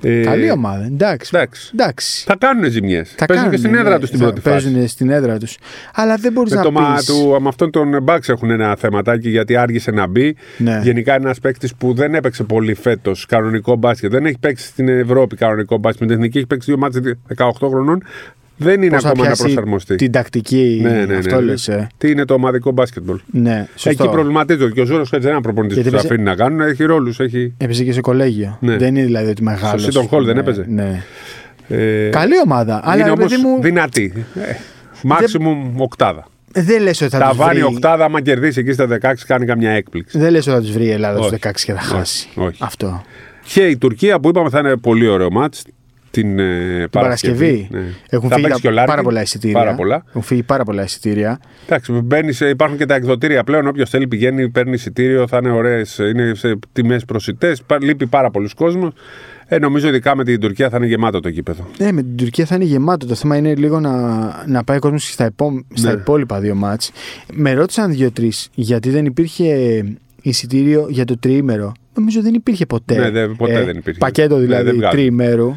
[SPEAKER 2] Ε,
[SPEAKER 1] Καλή ομάδα. Εντάξει.
[SPEAKER 2] εντάξει.
[SPEAKER 1] Εντάξει.
[SPEAKER 2] Θα κάνουν ζημιέ.
[SPEAKER 1] Τα
[SPEAKER 2] Παίζουν
[SPEAKER 1] κάνουνε,
[SPEAKER 2] και στην
[SPEAKER 1] ναι.
[SPEAKER 2] έδρα τους την
[SPEAKER 1] Θα
[SPEAKER 2] πρώτη φάση.
[SPEAKER 1] Παίζουν στην έδρα τους. Αλλά δεν μπορείς
[SPEAKER 2] Με,
[SPEAKER 1] να
[SPEAKER 2] το,
[SPEAKER 1] πει.
[SPEAKER 2] μα- του, με αυτόν τον Μπαξ έχουν ένα θεματάκι γιατί άργησε να μπει.
[SPEAKER 1] Ναι.
[SPEAKER 2] Γενικά είναι ένας παίκτης που δεν έπαιξε πολύ φέτος κανονικό μπάσκετ. Δεν έχει παίξει στην Ευρώπη κανονικό μπάσκετ. Με την εθνική έχει παίξει δύο μάτσε 18 χρονών. Δεν είναι
[SPEAKER 1] Πώς θα
[SPEAKER 2] Ναι, ακόμα να
[SPEAKER 1] πιάσει
[SPEAKER 2] προσαρμοστεί.
[SPEAKER 1] Την τακτική.
[SPEAKER 2] Ναι, ναι, ναι,
[SPEAKER 1] αυτό
[SPEAKER 2] ναι.
[SPEAKER 1] λες, ε.
[SPEAKER 2] Τι είναι το ομαδικό μπάσκετμπολ.
[SPEAKER 1] Ναι, σωστό.
[SPEAKER 2] Εκεί προβληματίζονται. Και ο Ζώρο Χατζη δεν είναι προπονητής
[SPEAKER 1] Γιατί
[SPEAKER 2] που τους
[SPEAKER 1] παίζει-
[SPEAKER 2] αφήνει να κάνουν. Έχει ρόλους. Έχει...
[SPEAKER 1] Έπαιζε και σε κολέγιο.
[SPEAKER 2] Ναι.
[SPEAKER 1] Δεν είναι δηλαδή ότι μεγάλος.
[SPEAKER 2] Στο Seton Hall δεν έπαιζε.
[SPEAKER 1] Ναι.
[SPEAKER 2] Ε,
[SPEAKER 1] Καλή ομάδα. Αλλά
[SPEAKER 2] είναι
[SPEAKER 1] ρε
[SPEAKER 2] όμως
[SPEAKER 1] παιδί μου,
[SPEAKER 2] δυνατή. Ε, maximum οκτάδα.
[SPEAKER 1] δεν λες ότι θα
[SPEAKER 2] Τα
[SPEAKER 1] τους
[SPEAKER 2] βάνει
[SPEAKER 1] βρει.
[SPEAKER 2] οκτάδα, άμα κερδίσει εκεί στα 16, κάνει καμιά έκπληξη.
[SPEAKER 1] Δεν λες ότι θα τους βρει η Ελλάδα στους
[SPEAKER 2] Όχι.
[SPEAKER 1] 16 και θα χάσει.
[SPEAKER 2] όχι.
[SPEAKER 1] Αυτό.
[SPEAKER 2] Και η Τουρκία που είπαμε θα είναι πολύ ωραίο μάτς την ε,
[SPEAKER 1] Την Παρασκευή.
[SPEAKER 2] Ναι.
[SPEAKER 1] Έχουν
[SPEAKER 2] θα
[SPEAKER 1] φύγει
[SPEAKER 2] παίξει και ο
[SPEAKER 1] τα-
[SPEAKER 2] Λάρκιν.
[SPEAKER 1] πάρα πολλά εισιτήρια.
[SPEAKER 2] Πάρα πολλά.
[SPEAKER 1] Έχουν φύγει πάρα πολλά εισιτήρια.
[SPEAKER 2] Εντάξει, μπαίνεις, ε, υπάρχουν και τα εκδοτήρια πλέον. Όποιος θέλει πηγαίνει, παίρνει εισιτήριο, θα είναι ωραίες. Είναι σε τιμές προσιτές. Λείπει πάρα πολλούς κόσμος. Ε, νομίζω ειδικά με την Τουρκία θα είναι γεμάτο το γήπεδο.
[SPEAKER 1] Ναι, με την Τουρκία θα είναι γεμάτο. Το θέμα είναι λίγο να, να πάει ο κόσμος στα, επό- στα
[SPEAKER 2] Ναι.
[SPEAKER 1] υπόλοιπα δύο μάτς. Με ρώτησαν δύο-τρει γιατί δεν υπήρχε εισιτήριο για το τριήμερο. Νομίζω δεν υπήρχε ποτέ. Ε,
[SPEAKER 2] Ναι, δεν- ποτέ δεν υπήρχε.
[SPEAKER 1] Πακέτο
[SPEAKER 2] Ναι,
[SPEAKER 1] δηλαδή
[SPEAKER 2] δεν βγάζει.
[SPEAKER 1] τριήμερου.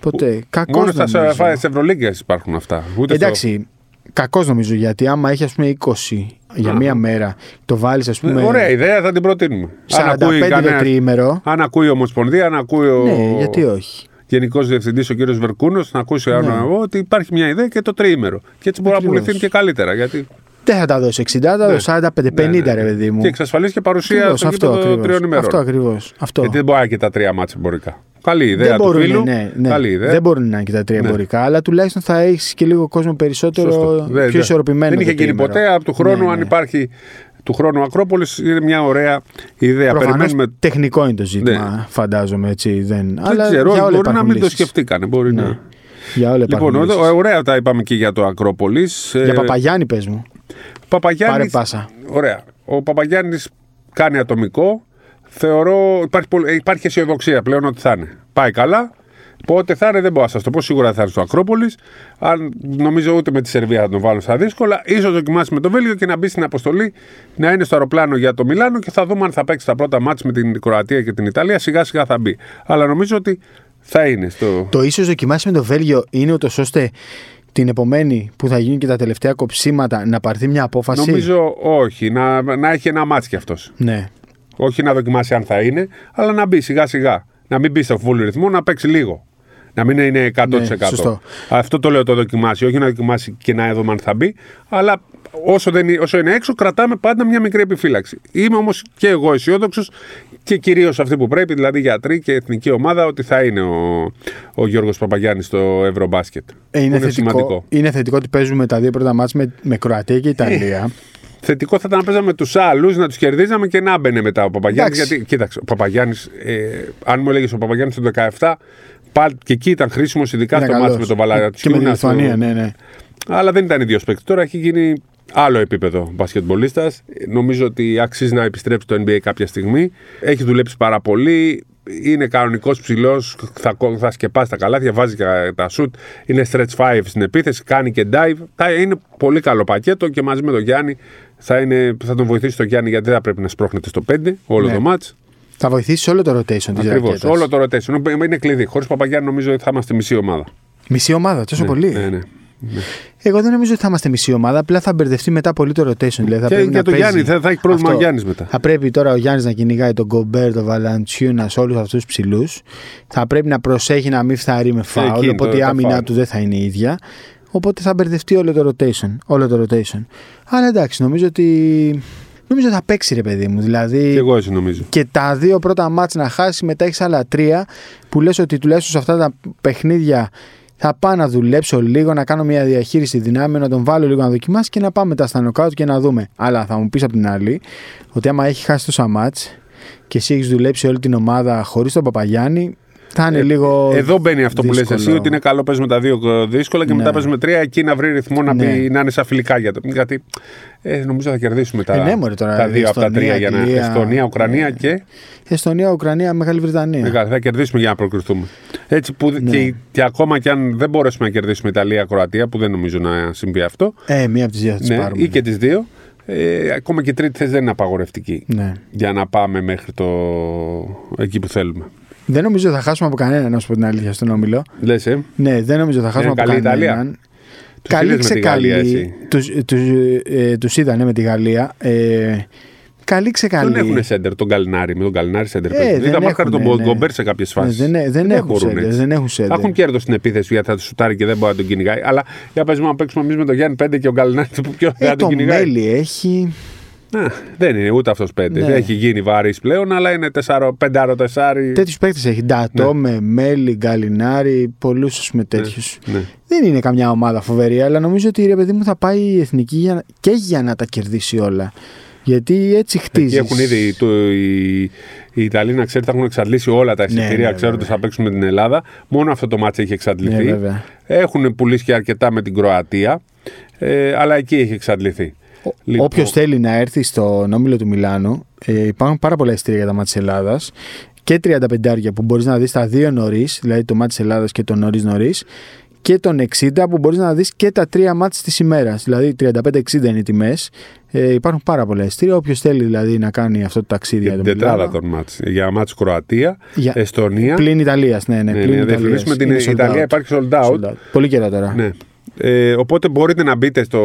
[SPEAKER 1] Ποτέ. Κακός
[SPEAKER 2] Μόνος στα Ευρωλίγκες υπάρχουν αυτά. Ούτε στο-
[SPEAKER 1] Εντάξει. Κακός νομίζω γιατί άμα έχει ας πούμε 20 για
[SPEAKER 2] Α.
[SPEAKER 1] μία μέρα, το βάλεις ας πούμε.
[SPEAKER 2] Ναι. Ωραία ιδέα, θα την προτείνουμε. Αν
[SPEAKER 1] 45
[SPEAKER 2] ακούει,
[SPEAKER 1] το
[SPEAKER 2] κανένας-
[SPEAKER 1] τριήμερο.
[SPEAKER 2] αν ακούει η Ομοσπονδία, αν ακούει ο
[SPEAKER 1] Ναι, γιατί όχι.
[SPEAKER 2] Γενικός Διευθυντής ο κύριος Βερκούνος, να ακούσει αν-
[SPEAKER 1] Ναι.
[SPEAKER 2] ότι υπάρχει μια ιδέα και το τριήμερο. Και έτσι μπορεί να
[SPEAKER 1] Ακριβώς.
[SPEAKER 2] πουληθούν και καλύτερα. Γιατί...
[SPEAKER 1] Δεν θα τα δώσω 60, θα τα δώσω 45-50
[SPEAKER 2] Ναι, ναι.
[SPEAKER 1] Ε, ρε παιδί μου.
[SPEAKER 2] Και εξασφαλίζει και παρουσία
[SPEAKER 1] Ακριβώς,
[SPEAKER 2] στο
[SPEAKER 1] αυτό
[SPEAKER 2] γήπεδο τριών
[SPEAKER 1] ακριβώς.
[SPEAKER 2] ημερών.
[SPEAKER 1] Αυτό ακριβώς. Αυτό.
[SPEAKER 2] Γιατί δεν μπορεί να είναι και τα τρία μάτια εμπορικά. Καλή ιδέα
[SPEAKER 1] δεν
[SPEAKER 2] του
[SPEAKER 1] μπορούν,
[SPEAKER 2] φίλου.
[SPEAKER 1] ναι, ναι.
[SPEAKER 2] Καλή ιδέα. Ναι.
[SPEAKER 1] δεν μπορούν να είναι και τα τρία εμπορικά, αλλά τουλάχιστον θα έχεις και λίγο κόσμο περισσότερο,
[SPEAKER 2] Σωστό.
[SPEAKER 1] πιο
[SPEAKER 2] Δεν-
[SPEAKER 1] ισορροπημένο.
[SPEAKER 2] Δεν είχε
[SPEAKER 1] το
[SPEAKER 2] γίνει
[SPEAKER 1] τριήμερο.
[SPEAKER 2] ποτέ. Από του χρόνου,
[SPEAKER 1] Ναι,
[SPEAKER 2] αν
[SPEAKER 1] ναι.
[SPEAKER 2] υπάρχει του χρόνου Ακρόπολης, είναι μια ωραία ιδέα.
[SPEAKER 1] Προφανώς
[SPEAKER 2] Περιμένουμε.
[SPEAKER 1] τεχνικό είναι το ζήτημα,
[SPEAKER 2] Ναι.
[SPEAKER 1] φαντάζομαι έτσι. Δεν,
[SPEAKER 2] Δεν
[SPEAKER 1] αλλά
[SPEAKER 2] ξέρω,
[SPEAKER 1] για όλα
[SPEAKER 2] μπορεί να
[SPEAKER 1] υπάρχουν
[SPEAKER 2] μην το
[SPEAKER 1] λύσεις.
[SPEAKER 2] σκεφτήκανε. Μπορεί να...
[SPEAKER 1] Για όλα
[SPEAKER 2] Λοιπόν, ε,
[SPEAKER 1] υπάρχουν λύσεις.
[SPEAKER 2] ω- ωραία τα είπαμε και για το Ακρόπολης.
[SPEAKER 1] Για Παπαγιάννη πες μου, πάρε
[SPEAKER 2] Παπαγιάννης,
[SPEAKER 1] πάσα.
[SPEAKER 2] Ωραία. Ο Παπαγιάννης κάνει ατομικό. Θεωρώ υπάρχει, πολλ- υπάρχει αισιοδοξία πλέον ότι θα είναι. Πάει καλά. Πότε θα είναι δεν μπορώ να σας το πω. Σίγουρα θα είναι στο Ακρόπολης. Αν νομίζω ούτε με τη Σερβία θα τον βάλω στα δύσκολα. σω δοκιμάσει με το Βέλγιο και να μπει στην αποστολή να είναι στο αεροπλάνο για το Μιλάνο και θα δούμε αν θα παίξει τα πρώτα μάτς με την Κροατία και την Ιταλία. Σιγά σιγά θα μπει. Αλλά νομίζω ότι θα είναι στο.
[SPEAKER 1] Το ίσως δοκιμάσει με το Βέλγιο είναι ούτως ώστε την επομένη που θα γίνουν και τα τελευταία κοψίματα να πάρθει μια απόφαση.
[SPEAKER 2] Νομίζω όχι. Να, να έχει ένα μάτς κι αυτός.
[SPEAKER 1] Ναι.
[SPEAKER 2] Όχι να δοκιμάσει αν θα είναι, αλλά να μπει σιγά σιγά. να μην μπει στο full ρυθμό, να παίξει λίγο. Να μην είναι 100%.
[SPEAKER 1] Ναι, σωστό.
[SPEAKER 2] Αυτό το λέω το δοκιμάσει. Όχι να δοκιμάσει και να δούμε αν θα μπει, αλλά όσο, δεν, είναι- όσο είναι έξω, κρατάμε πάντα μια μικρή επιφύλαξη. Είμαι όμως και εγώ αισιόδοξος και κυρίως αυτοί που πρέπει, δηλαδή γιατροί και εθνική ομάδα, ότι θα είναι ο, ο Γιώργος Παπαγιάννης στο Ευρωμπάσκετ.
[SPEAKER 1] Ε,
[SPEAKER 2] Που
[SPEAKER 1] είναι, θετικό,
[SPEAKER 2] σημαντικό.
[SPEAKER 1] είναι θετικό ότι παίζουμε τα δύο πρώτα μάτς με, με Κροατία και Ιταλία.
[SPEAKER 2] Θετικό θα ήταν να παίζαμε τους άλλους, να τους κερδίζαμε και να μπαινε μετά ο Παπαγιάννης.
[SPEAKER 1] Εντάξει.
[SPEAKER 2] Γιατί, κοίταξε, ο Παπαγιάννης, ε, αν μου έλεγες ο Παπαγιάννης το 17, πάλι και εκεί ήταν χρήσιμος, ειδικά
[SPEAKER 1] Είναι
[SPEAKER 2] στο
[SPEAKER 1] καλός.
[SPEAKER 2] μάτι με τον Βαλάρα
[SPEAKER 1] Και με τη Λιθουανία, ναι, ναι.
[SPEAKER 2] Αλλά δεν ήταν ίδιος παίκτης. Τώρα έχει γίνει άλλο επίπεδο μπασκετμπολίστας. Νομίζω ότι αξίζει να επιστρέψει το NBA κάποια στιγμή. Έχει δουλέψει πάρα πολύ. Είναι κανονικός ψηλός. Θα, κο- θα σκεπάσει τα καλάθια, βάζει και τα σουτ. Είναι stretch 5 στην επίθεση, κάνει και dive. Τα- Είναι πολύ καλό πακέτο και μαζί με τον Γιάννη θα, είναι, θα τον βοηθήσει τον Γιάννη γιατί δεν θα πρέπει να σπρώχνεται στο 5 όλο
[SPEAKER 1] Ναι.
[SPEAKER 2] το match.
[SPEAKER 1] Θα βοηθήσει σε όλο το rotation της
[SPEAKER 2] Ακριβώς.
[SPEAKER 1] ρακέτας.
[SPEAKER 2] Όλο το rotation. Είναι κλειδί. Χωρίς Παπαγιάννη νομίζω ότι θα είμαστε μισή ομάδα.
[SPEAKER 1] Μισή ομάδα, τόσο πολύ.
[SPEAKER 2] Ναι, ναι.
[SPEAKER 1] Εγώ δεν νομίζω ότι θα είμαστε μισή ομάδα. Απλά θα μπερδευτεί μετά πολύ το rotation. Δηλαδή θα
[SPEAKER 2] Και
[SPEAKER 1] πρέπει
[SPEAKER 2] για
[SPEAKER 1] να
[SPEAKER 2] τον
[SPEAKER 1] παίζει.
[SPEAKER 2] Γιάννη, θα- θα έχει πρόβλημα ο Γιάννης μετά.
[SPEAKER 1] Θα πρέπει τώρα ο Γιάννης να κυνηγάει τον Γκομπέρ, τον Βαλαντσιούνα, όλους αυτούς του ψηλούς. Θα πρέπει να προσέχει να μην φθαρεί με φάουλ.
[SPEAKER 2] εκείνη
[SPEAKER 1] οπότε
[SPEAKER 2] τώρα
[SPEAKER 1] η
[SPEAKER 2] τα
[SPEAKER 1] άμυνα
[SPEAKER 2] φάουλ.
[SPEAKER 1] του δεν θα είναι η ίδια. Οπότε θα μπερδευτεί όλο το rotation. Όλο το rotation. Αλλά εντάξει, νομίζω ότι. Νομίζω θα παίξει ρε παιδί μου. Δηλαδή
[SPEAKER 2] Και εγώ έτσι νομίζω.
[SPEAKER 1] και τα δύο πρώτα μάτς να χάσει, μετά έχεις άλλα τρία που λες ότι τουλάχιστον σε αυτά τα παιχνίδια θα πάω να δουλέψω λίγο, να κάνω μια διαχείριση δυνάμεων, να τον βάλω λίγο να δοκιμάσει και να πάμε μετά στα νοκάουτ και να δούμε. Αλλά θα μου πεις απ' την άλλη ότι άμα έχει χάσει τόσα μάτς και εσύ έχεις δουλέψει όλη την ομάδα χωρίς τον Παπαγιάννη, θα είναι λίγο.
[SPEAKER 2] Ε, Εδώ μπαίνει αυτό που λες
[SPEAKER 1] δύσκολο.
[SPEAKER 2] εσύ, ότι είναι καλό παίζουμε τα δύο ε, δύσκολα και
[SPEAKER 1] Ναι.
[SPEAKER 2] μετά παίζουμε τρία. Εκεί να βρει ρυθμό να, πει,
[SPEAKER 1] Ναι.
[SPEAKER 2] να είναι σαν φιλικά για το. Γιατί ε, νομίζω θα κερδίσουμε τα,
[SPEAKER 1] Ε, ναι, μωρέ, τώρα,
[SPEAKER 2] τα δύο από τα
[SPEAKER 1] Εστονία,
[SPEAKER 2] τρία για να.
[SPEAKER 1] Αγγλία, Ναι.
[SPEAKER 2] Εστονία, Ουκρανία και.
[SPEAKER 1] Εστονία, Ουκρανία, Μεγάλη Βρετανία.
[SPEAKER 2] Μεγάλη, θα κερδίσουμε για να προκριθούμε. Έτσι που,
[SPEAKER 1] Ναι.
[SPEAKER 2] και, και ακόμα και αν δεν μπορέσουμε να κερδίσουμε Ιταλία-Κροατία, που δεν νομίζω να συμβεί αυτό.
[SPEAKER 1] Ε, μία από τις δύο θα τις
[SPEAKER 2] Ναι,
[SPEAKER 1] πάρουμε.
[SPEAKER 2] ή και τις δύο. Ε, ακόμα και η τρίτη θέση δεν είναι απαγορευτική.
[SPEAKER 1] Ναι.
[SPEAKER 2] Για να πάμε μέχρι το. εκεί που θέλουμε.
[SPEAKER 1] Δεν νομίζω θα χάσουμε από κανέναν, να σου πω την αλήθεια, στον όμιλο.
[SPEAKER 2] Λες, ε.
[SPEAKER 1] Ναι, δεν νομίζω θα χάσουμε από
[SPEAKER 2] Είναι καλή η Ιταλία.
[SPEAKER 1] κανέναν.
[SPEAKER 2] Τους
[SPEAKER 1] Καλή
[SPEAKER 2] είδες με τη Γαλλία,
[SPEAKER 1] ξεκαλή.
[SPEAKER 2] εσύ.
[SPEAKER 1] Τους, τους, ε, τους είδανε με τη Γαλλία. Ε, καλή ξεκαλή.
[SPEAKER 2] Δεν έχουν σέντερ τον Καλινάρη. Με τον Καλινάρη σέντερ.
[SPEAKER 1] Ε,
[SPEAKER 2] Ε,
[SPEAKER 1] δεν
[SPEAKER 2] Είδα μάχαρα τον
[SPEAKER 1] έχουνε, ναι.
[SPEAKER 2] Γκομπέρ σε κάποιες
[SPEAKER 1] Ναι,
[SPEAKER 2] φάσεις.
[SPEAKER 1] δεν, ε- δεν, έχουν σέντερ, δεν έχουν σέντερ.
[SPEAKER 2] Έχουν κέρδος στην επίθεση γιατί θα τους σουτάρει και δεν μπορεί να τον κυνηγάει. Αλλά για παίζουμε να παίξουμε εμείς με τον Γιάννη Πέντε και ο Καλινάρη που ποιο
[SPEAKER 1] ε,
[SPEAKER 2] θα τον
[SPEAKER 1] το
[SPEAKER 2] κυνηγάει.
[SPEAKER 1] μέλι έχει.
[SPEAKER 2] Α, δεν είναι ούτε αυτός πέντε.
[SPEAKER 1] Ναι.
[SPEAKER 2] Έχει γίνει βαρύ πλέον, αλλά είναι τεσσάρο, πεντάρο, τεσσάρι.
[SPEAKER 1] Τέτοιους παίκτες έχει. Ντατό με μέλι, γκαλινάρι, πολλού με τέτοιους.
[SPEAKER 2] Ναι.
[SPEAKER 1] Δεν είναι καμιά ομάδα φοβερή, αλλά νομίζω ότι ρε παιδί μου θα πάει η εθνική για, και για να τα κερδίσει όλα. Γιατί έτσι χτίζει.
[SPEAKER 2] Εκεί έχουν ήδη το, οι, οι Ιταλοί, να ξέρετε, έχουν εξαντλήσει όλα τα εισιτήρια.
[SPEAKER 1] ναι,
[SPEAKER 2] ξέρουν ότι
[SPEAKER 1] βέβαια.
[SPEAKER 2] θα παίξουν με την Ελλάδα. Μόνο αυτό το μάτσο έχει
[SPEAKER 1] Ναι,
[SPEAKER 2] εξαντληθεί.
[SPEAKER 1] βέβαια.
[SPEAKER 2] Έχουν πουλήσει και αρκετά με την Κροατία, ε, αλλά εκεί έχει εξαντληθεί. Λοιπόν.
[SPEAKER 1] Όποιος θέλει να έρθει στον όμιλο του Μιλάνου, ε, υπάρχουν πάρα πολλά εισιτήρια για τα μάτια της Ελλάδας και 35 που μπορείς να δεις τα δύο νωρίς, δηλαδή το μάτι της Ελλάδας και το νωρίς νωρίς, και τον 60 που μπορείς να δεις και τα τρία μάτια της ημέρας. Δηλαδή 35-60 είναι οι τιμές. Ε, υπάρχουν πάρα πολλά εισιτήρια. Όποιος θέλει δηλαδή να κάνει αυτό το ταξίδι
[SPEAKER 2] Για
[SPEAKER 1] για
[SPEAKER 2] την
[SPEAKER 1] τον
[SPEAKER 2] τετράδα
[SPEAKER 1] Μιλάνο.
[SPEAKER 2] των μάτς. Για μάτς Κροατία,
[SPEAKER 1] Για-
[SPEAKER 2] Εστονία.
[SPEAKER 1] Πλην Ιταλίας, ναι, ναι.
[SPEAKER 2] Ναι,
[SPEAKER 1] πλην
[SPEAKER 2] ναι,
[SPEAKER 1] Ιταλίας.
[SPEAKER 2] δεν θυμίσουμε την
[SPEAKER 1] Είναι sold
[SPEAKER 2] Ιταλία,
[SPEAKER 1] out.
[SPEAKER 2] υπάρχει sold out.
[SPEAKER 1] Sold out. Πολύ καιρό τώρα.
[SPEAKER 2] Ναι. Ε, οπότε μπορείτε να μπείτε στο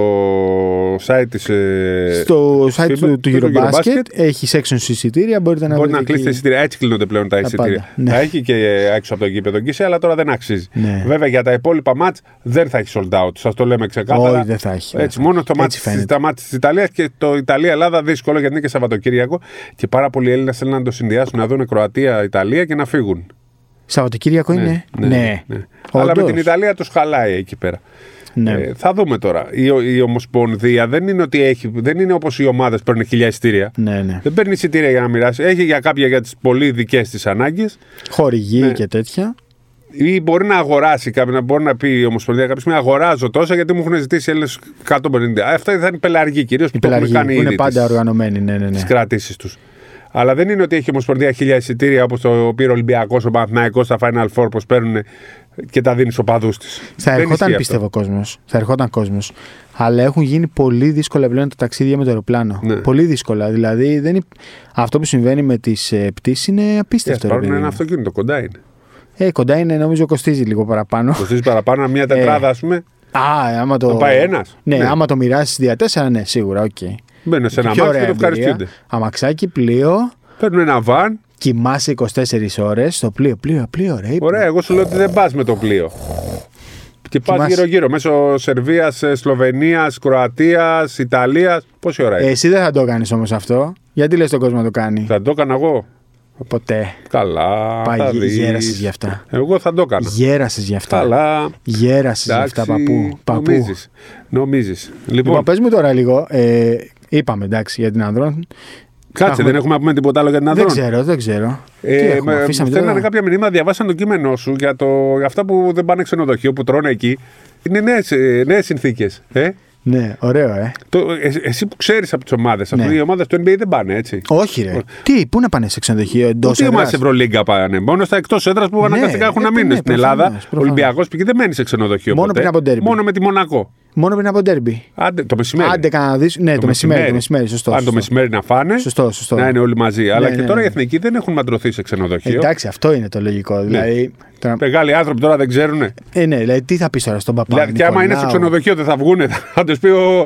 [SPEAKER 2] site της... ε,
[SPEAKER 1] Στο site
[SPEAKER 2] στο-
[SPEAKER 1] του, του
[SPEAKER 2] στο
[SPEAKER 1] Eurobasket
[SPEAKER 2] Eurobasket.
[SPEAKER 1] έχει sections εισιτήρια. Μπορείτε να,
[SPEAKER 2] Μπορεί
[SPEAKER 1] βρείτε
[SPEAKER 2] να κλείσετε
[SPEAKER 1] εκεί.
[SPEAKER 2] εισιτήρια. Έτσι κλείνονται πλέον τα εισιτήρια.
[SPEAKER 1] πάντα, ναι.
[SPEAKER 2] Θα έχει και ε, έξω από το γήπεδο Γκίσε, αλλά τώρα δεν αξίζει.
[SPEAKER 1] Ναι.
[SPEAKER 2] Βέβαια για τα υπόλοιπα μάτ δεν θα έχει sold out. Σας το λέμε ξεκάθαρα.
[SPEAKER 1] Όχι, δεν θα έχει.
[SPEAKER 2] Έτσι, μόνο το μάτς,
[SPEAKER 1] φαίνεται.
[SPEAKER 2] της- τα μάτς της Ιταλίας και το Ιταλία-Ελλάδα δύσκολο γιατί είναι και Σαββατοκύριακο. Και πάρα πολλοί Έλληνες θέλουν να το συνδυάσουν, να δουν Κροατία-Ιταλία και να φύγουν.
[SPEAKER 1] Σαββατοκύριακο είναι.
[SPEAKER 2] ναι, ναι. Αλλά με
[SPEAKER 1] Όντως.
[SPEAKER 2] την Ιταλία τους χαλάει εκεί πέρα.
[SPEAKER 1] Ναι.
[SPEAKER 2] Ε, θα δούμε τώρα. Η, η Ομοσπονδία δεν είναι, ότι έχει, δεν είναι όπως οι ομάδες που παίρνουν χιλιά εισιτήρια.
[SPEAKER 1] ναι, ναι.
[SPEAKER 2] Δεν παίρνει εισιτήρια για να μοιράσει. Έχει για κάποια για τις πολύ δικές της ανάγκες
[SPEAKER 1] Χορηγή
[SPEAKER 2] ναι.
[SPEAKER 1] και τέτοια.
[SPEAKER 2] ή μπορεί να αγοράσει κάποιον, να μπορεί να πει η Ομοσπονδία κάποια στιγμή αγοράζω τόσα γιατί μου έχουν ζητήσει Έλληνες 150. Ε, Αυτά θα είναι πελαργοί κυρίως
[SPEAKER 1] Οι
[SPEAKER 2] που το έχουν
[SPEAKER 1] πελαργοί που
[SPEAKER 2] κάνει
[SPEAKER 1] είναι
[SPEAKER 2] ήδη
[SPEAKER 1] πάντα
[SPEAKER 2] τις,
[SPEAKER 1] οργανωμένοι. Ναι, ναι, ναι.
[SPEAKER 2] τις κρατήσεις τους. Αλλά δεν είναι ότι έχει η Ομοσπονδία χίλια εισιτήρια όπως το πήρε ο Ολυμπιακός, ο Παναθναϊκό, στα Final Four που παίρνουν και τα δίνεις στου οπαδού της.
[SPEAKER 1] Θα ερχόταν, πιστεύω, κόσμος. Θα ερχόταν κόσμος. Αλλά έχουν γίνει πολύ δύσκολα πλέον τα ταξίδια με το αεροπλάνο.
[SPEAKER 2] Ναι.
[SPEAKER 1] Πολύ δύσκολα. Δηλαδή, δεν... υ- αυτό που συμβαίνει με τις πτήσεις είναι απίστευτο. ρε
[SPEAKER 2] Πάρουν
[SPEAKER 1] παιδί
[SPEAKER 2] ένα
[SPEAKER 1] μου.
[SPEAKER 2] αυτοκίνητο, κοντά είναι.
[SPEAKER 1] Ε, κοντά είναι, νομίζω, κοστίζει λίγο παραπάνω.
[SPEAKER 2] Κοστίζει παραπάνω μια
[SPEAKER 1] Ε.
[SPEAKER 2] τετράδα, ας πούμε.
[SPEAKER 1] Α, ε, άμα το.
[SPEAKER 2] Θα πάει ένας.
[SPEAKER 1] Ναι,
[SPEAKER 2] Ναι.
[SPEAKER 1] άμα το μοιράσεις δια τέσσερα, ναι, σίγουρα, οκ.
[SPEAKER 2] Μπαίνουν σε ένα
[SPEAKER 1] Πιο
[SPEAKER 2] μάτι και
[SPEAKER 1] ωραία
[SPEAKER 2] το
[SPEAKER 1] εμπειρία.
[SPEAKER 2] ευχαριστούνται.
[SPEAKER 1] Αμαξάκι, πλοίο.
[SPEAKER 2] Παίρνουν ένα βαν,
[SPEAKER 1] κοιμάσαι 24 ώρε στο πλοίο. Πλοίο, πλοίο, ρε.
[SPEAKER 2] Ωραία, εγώ σου λέω ότι δεν πας με το πλοίο. Και πα
[SPEAKER 1] Κοιμάσαι.
[SPEAKER 2] γύρω-γύρω, μέσω ε, Σερβία, Σλοβενίας, Κροατίας, Ιταλίας. Πόση ώρα είναι.
[SPEAKER 1] Εσύ δεν θα το κάνεις όμως αυτό. Γιατί λες τον κόσμο να το κάνει.
[SPEAKER 2] Θα το έκανα εγώ.
[SPEAKER 1] Ποτέ.
[SPEAKER 2] Καλά.
[SPEAKER 1] Ε, Πάει,
[SPEAKER 2] θα
[SPEAKER 1] γε-
[SPEAKER 2] δεις.
[SPEAKER 1] γέρασες γι' αυτά.
[SPEAKER 2] Εγώ θα το έκανα.
[SPEAKER 1] Γέρασες γι' αυτά.
[SPEAKER 2] Καλά.
[SPEAKER 1] Γέρασες γι' αυτά, παππού. παππού.
[SPEAKER 2] Νομίζεις. Νομίζεις. Λοιπόν,
[SPEAKER 1] Λοιπόν, πες μου τώρα λίγο. Ε, είπαμε εντάξει για την Ανδρών.
[SPEAKER 2] κάτσε,
[SPEAKER 1] έχουμε-
[SPEAKER 2] δεν έχουμε να πούμε τίποτα άλλο για την
[SPEAKER 1] Δεν
[SPEAKER 2] Ανδρών.
[SPEAKER 1] ξέρω, δεν ξέρω. Τι
[SPEAKER 2] Ε,
[SPEAKER 1] έχουμε,
[SPEAKER 2] με-
[SPEAKER 1] αφήσαμε
[SPEAKER 2] στέλνανε
[SPEAKER 1] τώρα.
[SPEAKER 2] κάποια μηνύματα, διαβάσαν το κείμενό σου για, το, για αυτά που δεν πάνε ξενοδοχείο, που τρώνε εκεί. Είναι νέες, ε, νέες συνθήκες. Ε?
[SPEAKER 1] Ναι, ωραίο, ε.
[SPEAKER 2] Το, ε, εσύ που ξέρεις από τις ομάδες, αυτή
[SPEAKER 1] Ναι.
[SPEAKER 2] η ομάδα του NBA δεν πάνε έτσι.
[SPEAKER 1] Όχι, ρε. Τι, πού να πάνε σε ξενοδοχείο εντός
[SPEAKER 2] Ούτε οι ομάδες Ευρωλίγκα πάνε. Μόνος στα εκτός έδρας που αναγκαστικά έχουν
[SPEAKER 1] ε,
[SPEAKER 2] να μείνουν
[SPEAKER 1] ναι,
[SPEAKER 2] στην
[SPEAKER 1] προφανώς,
[SPEAKER 2] Ελλάδα. Ο
[SPEAKER 1] προφανώς.
[SPEAKER 2] Ολυμπιακός πήγε δεν μένει σε ξενοδοχείο.
[SPEAKER 1] Μόνο
[SPEAKER 2] ποτέ.
[SPEAKER 1] πριν από ντέρμπι.
[SPEAKER 2] Μόνο με τη Μονακό.
[SPEAKER 1] Μόνο πριν από ντέρμπι.
[SPEAKER 2] Άντε, το μεσημέρι.
[SPEAKER 1] Άντε κανένα δεις- Ναι, το, μεσημέρι, το μεσημέρι, σωστό.
[SPEAKER 2] Αν το
[SPEAKER 1] σωστό.
[SPEAKER 2] μεσημέρι να φάνε,
[SPEAKER 1] Σωστό, σωστό.
[SPEAKER 2] να είναι όλοι μαζί. Αλλά και
[SPEAKER 1] ναι,
[SPEAKER 2] τώρα
[SPEAKER 1] ναι. Ε,
[SPEAKER 2] οι εθνικοί δεν έχουν μαντρωθεί σε ξενοδοχείο.
[SPEAKER 1] Εντάξει, αυτό είναι το λογικό.
[SPEAKER 2] Ναι.
[SPEAKER 1] Δηλαδή, τώρα-
[SPEAKER 2] Μεγάλοι άνθρωποι τώρα δεν ξέρουν.
[SPEAKER 1] ε, ναι, δηλαδή, τι θα πεις τώρα στον παπά.
[SPEAKER 2] δηλαδή, και άμα είναι στο
[SPEAKER 1] Νικολάου.
[SPEAKER 2] ξενοδοχείο δεν θα βγούνε. Θα τους πει ο...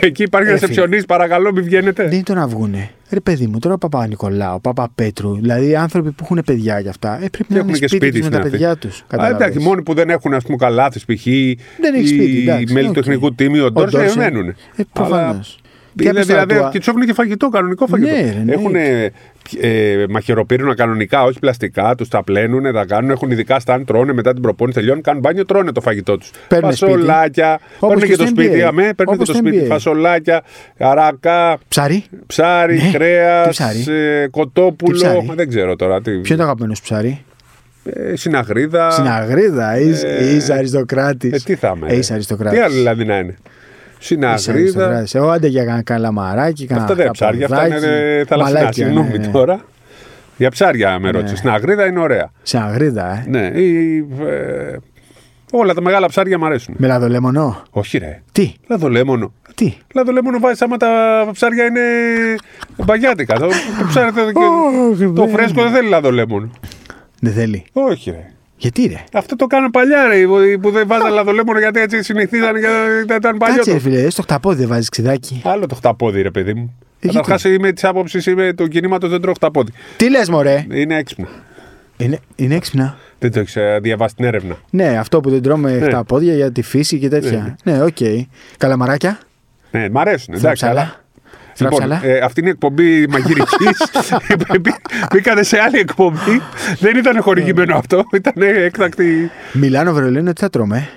[SPEAKER 2] εκεί υπάρχει ένα
[SPEAKER 1] Έφυγε.
[SPEAKER 2] σεψιονή, παρακαλώ, μην βγαίνετε.
[SPEAKER 1] Ε, Δεν είναι το να βγούνε. Ρε παιδί μου, τώρα ο Παπα Νικολάου, Παπα Πέτρου, δηλαδή άνθρωποι που έχουν παιδιά και αυτά, ε, πρέπει να
[SPEAKER 2] έχουν
[SPEAKER 1] είναι
[SPEAKER 2] και
[SPEAKER 1] σπίτι,
[SPEAKER 2] σπίτι
[SPEAKER 1] τους με
[SPEAKER 2] στην
[SPEAKER 1] τα
[SPEAKER 2] Αθήνα.
[SPEAKER 1] παιδιά τους.
[SPEAKER 2] Α, εντάξει, μόνοι που δεν έχουν ας πούμε καλάθι π.χ.
[SPEAKER 1] Δεν έχει σπίτι. εντάξει,
[SPEAKER 2] οι μέλη
[SPEAKER 1] οκ.
[SPEAKER 2] του τεχνικού τίμιου, ο Ντόρσεϊ,
[SPEAKER 1] Ντόρσεϊ.
[SPEAKER 2] μένουν.
[SPEAKER 1] Ε, Προφανώ.
[SPEAKER 2] Είναι δηλαδή, και του έχουν και φαγητό, κανονικό φαγητό.
[SPEAKER 1] Ναι, ρε, ναι.
[SPEAKER 2] Έχουν ε, ε, μαχαιροπύρουνα κανονικά, όχι πλαστικά, τους τα πλένουν, τα κάνουν, έχουν ειδικά στάν, τρώνε μετά την προπόνηση, τελειώνουν, κάνουν μπάνιο, τρώνε το φαγητό τους.
[SPEAKER 1] Παίρνουν σπίτι.
[SPEAKER 2] Φασολάκια,
[SPEAKER 1] Όπως
[SPEAKER 2] παίρνουν
[SPEAKER 1] και
[SPEAKER 2] και το
[SPEAKER 1] στο
[SPEAKER 2] σπίτι,
[SPEAKER 1] NBA.
[SPEAKER 2] αμέ, παίρνουν και
[SPEAKER 1] Όπως
[SPEAKER 2] το
[SPEAKER 1] στο
[SPEAKER 2] σπίτι,
[SPEAKER 1] NBA.
[SPEAKER 2] φασολάκια, αρακά,
[SPEAKER 1] Ψάρι.
[SPEAKER 2] ψάρι,
[SPEAKER 1] Ναι.
[SPEAKER 2] κρέα,
[SPEAKER 1] Τι ψάρι? Τι
[SPEAKER 2] κοτόπουλο.
[SPEAKER 1] ψάρι?
[SPEAKER 2] Δεν ξέρω τώρα. Τι,
[SPEAKER 1] Ποιο είναι το αγαπημένος σου ψάρι.
[SPEAKER 2] ε, συναγρίδα.
[SPEAKER 1] Στην Αγρίδα,
[SPEAKER 2] ε,
[SPEAKER 1] είσαι αριστοκράτης.
[SPEAKER 2] Ε, τι θα είμαι.
[SPEAKER 1] Ε,
[SPEAKER 2] ρε.
[SPEAKER 1] είσαι αριστοκράτης.
[SPEAKER 2] Τι άλλο δηλαδή να είναι. Συναγρίδα.
[SPEAKER 1] Εγώ Ε, άντε για κανένα καλαμαράκι, κανένα.
[SPEAKER 2] Αυτά δεν είναι ψάρια, αυτά
[SPEAKER 1] χαπαδάκι,
[SPEAKER 2] είναι ε, θαλασσινά.
[SPEAKER 1] μαλάκια,
[SPEAKER 2] Συγγνώμη
[SPEAKER 1] ναι, ναι.
[SPEAKER 2] τώρα. Για ψάρια με ρώτησε.
[SPEAKER 1] Ναι.
[SPEAKER 2] Στην αγρίδα είναι ωραία.
[SPEAKER 1] Στην Αγρίδα, ε.
[SPEAKER 2] Ναι, ή, ε, όλα τα μεγάλα ψάρια μου αρέσουν.
[SPEAKER 1] Με λαδολεμονό.
[SPEAKER 2] Όχι ρε.
[SPEAKER 1] Τι,
[SPEAKER 2] Λαδολέμονο.
[SPEAKER 1] τι.
[SPEAKER 2] Λαδολέμονο βάζεις άμα τα ψάρια είναι μπαγιάτικα. το, το ψάρι δεν-
[SPEAKER 1] Ωχ,
[SPEAKER 2] το
[SPEAKER 1] δεν.
[SPEAKER 2] φρέσκο δεν θέλει λαδολέμονο.
[SPEAKER 1] Δεν θέλει.
[SPEAKER 2] Όχι ρε.
[SPEAKER 1] Γιατί ρε.
[SPEAKER 2] Αυτό το κάναν παλιά ρε, οι που δεν βάζαν λαδολέμονο γιατί έτσι συνηθίζανε και ήταν παλιό.
[SPEAKER 1] Κάτσε,
[SPEAKER 2] το-
[SPEAKER 1] ρε φίλε, στο χταπόδι δεν βάζεις ξυδάκι.
[SPEAKER 2] Άλλο το χταπόδι, ρε παιδί μου.
[SPEAKER 1] Ε,
[SPEAKER 2] Καταρχάς είμαι της άποψης είμαι του κινήματος δεν τρώω χταπόδι.
[SPEAKER 1] Τι λες, μωρέ.
[SPEAKER 2] Είναι έξυπνο.
[SPEAKER 1] Είναι, είναι έξυπνα.
[SPEAKER 2] Δεν το έχεις διαβάσει την έρευνα.
[SPEAKER 1] Ναι, αυτό που δεν τρώμε τα πόδια για τη φύση και τέτοια. Ναι, οκ. Καλαμαράκια.
[SPEAKER 2] Ναι, μ' αρέσουν. Εντάξει, αλλά.
[SPEAKER 1] Θραψαλά. Θραψαλά.
[SPEAKER 2] ε, αυτή είναι η εκπομπή μαγειρικής. Μπήκατε σε άλλη εκπομπή. Δεν ήταν χορηγημένο
[SPEAKER 1] Ναι.
[SPEAKER 2] αυτό. Ήταν έκτακτη.
[SPEAKER 1] Μιλάνο, Βερολίνο, τι θα τρώμε.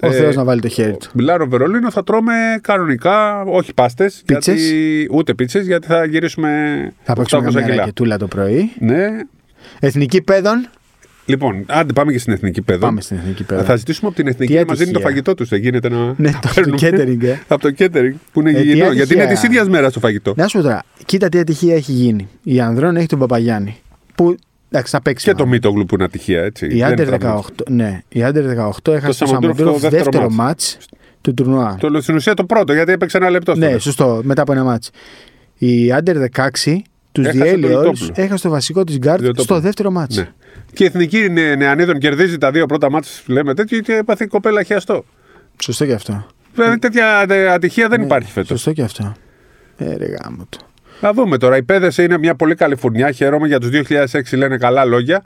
[SPEAKER 1] Ο
[SPEAKER 2] Ε,
[SPEAKER 1] Θεός να βάλει το χέρι του.
[SPEAKER 2] Μιλάω Βερολίνο, θα τρώμε κανονικά, όχι πάστες.
[SPEAKER 1] Πίτσες.
[SPEAKER 2] Ούτε πίτσες, γιατί θα γυρίσουμε
[SPEAKER 1] Θα
[SPEAKER 2] 800
[SPEAKER 1] παίξουμε μια
[SPEAKER 2] κιλά.
[SPEAKER 1] ρακετούλα το πρωί.
[SPEAKER 2] Ναι.
[SPEAKER 1] Εθνική παιδών.
[SPEAKER 2] Λοιπόν, άντε πάμε και στην εθνική παιδό.
[SPEAKER 1] Πάμε στην εθνική παιδών.
[SPEAKER 2] Θα ζητήσουμε από την εθνική
[SPEAKER 1] Τι
[SPEAKER 2] να μας δίνει το
[SPEAKER 1] ατυχία.
[SPEAKER 2] φαγητό τους. Δεν γίνεται να.
[SPEAKER 1] Ναι,
[SPEAKER 2] να
[SPEAKER 1] το- το
[SPEAKER 2] παίρνουμε.
[SPEAKER 1] catering, ε.
[SPEAKER 2] Από το catering που είναι
[SPEAKER 1] Ε, τι
[SPEAKER 2] γηγενό.
[SPEAKER 1] ατυχία. Ναι.
[SPEAKER 2] Γιατί είναι της ίδιας μέρας το φαγητό.
[SPEAKER 1] Να σου πω τώρα, κοίτα τι ατυχία έχει γίνει. Η Ανδρών έχει τον Παπαγιάννη. Που εντάξει, θα παίξει.
[SPEAKER 2] Και το
[SPEAKER 1] μάλλον.
[SPEAKER 2] Μίτογλου που είναι ατυχία, έτσι.
[SPEAKER 1] Η
[SPEAKER 2] Δεν
[SPEAKER 1] Άντερ
[SPEAKER 2] ήταν
[SPEAKER 1] 18, ναι, η Άντερ 18 έχασε το
[SPEAKER 2] Σαμοντούροφ
[SPEAKER 1] Σαμοντούροφ
[SPEAKER 2] στο
[SPEAKER 1] δεύτερο,
[SPEAKER 2] δεύτερο
[SPEAKER 1] δεύτερο
[SPEAKER 2] μάτς.
[SPEAKER 1] μάτς του τουρνουά.
[SPEAKER 2] Το, στην ουσία το πρώτο, γιατί έπαιξε ένα λεπτό. στο
[SPEAKER 1] Ναι,
[SPEAKER 2] δεύτερο.
[SPEAKER 1] σωστό, μετά από ένα μάτς. Η Άντερ 16 τους
[SPEAKER 2] Έχασε τον
[SPEAKER 1] διέλυε όλους,
[SPEAKER 2] Λιτόπουλο.
[SPEAKER 1] έχασε το βασικό της γκάρτ
[SPEAKER 2] Λιτόπουλο.
[SPEAKER 1] στο δεύτερο μάτς.
[SPEAKER 2] Ναι. Και η εθνική νε- νεανίδων κερδίζει τα δύο πρώτα μάτια, λέμε τέτοιο, και έπαθε η κοπέλα χιαστό.
[SPEAKER 1] Σωστό και αυτό.
[SPEAKER 2] Δηλαδή τέτοια ε, ατυχία δεν υπάρχει φέτος.
[SPEAKER 1] Ναι. Σωστό και αυτό. Ε, ρε γάμο του.
[SPEAKER 2] Να δούμε τώρα. Η Πέδεση είναι μια πολύ καλή φουρνιά. Χαίρομαι για τους 2006 λένε καλά λόγια.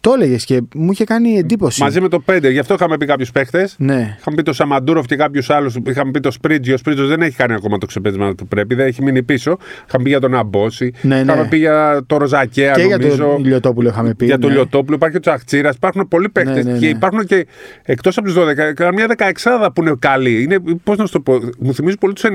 [SPEAKER 1] Το έλεγες και μου είχε κάνει εντύπωση.
[SPEAKER 2] Μαζί με το 5, γι' αυτό είχαμε πει κάποιους παίχτε.
[SPEAKER 1] Ναι.
[SPEAKER 2] Είχαμε πει το Σαμαντούροφ και κάποιους άλλους. Είχαμε πει το Σπρίτζι. Ο Σπρίτζο δεν έχει κάνει ακόμα το ξεπέτασμα που πρέπει. Δεν έχει μείνει πίσω. Είχαμε πει για τον Αμπόση.
[SPEAKER 1] Ναι, ναι.
[SPEAKER 2] Είχαμε πει για το Ροζακέα,
[SPEAKER 1] και
[SPEAKER 2] Ε, νομίζω.
[SPEAKER 1] για τον Λιωτόπουλο είχαμε πει.
[SPEAKER 2] για το
[SPEAKER 1] ναι.
[SPEAKER 2] Λιωτόπουλο, υπάρχει και ο Τσαχτσίρας, υπάρχουν πολλοί παίχτε.
[SPEAKER 1] Ναι, ναι,
[SPEAKER 2] Και
[SPEAKER 1] ναι.
[SPEAKER 2] υπάρχουν και εκτός από τους 12, καμιά δεκαεξάδα που είναι καλή. Είναι, πώς να σου το πω, μου θυμίζει πολύ τους 90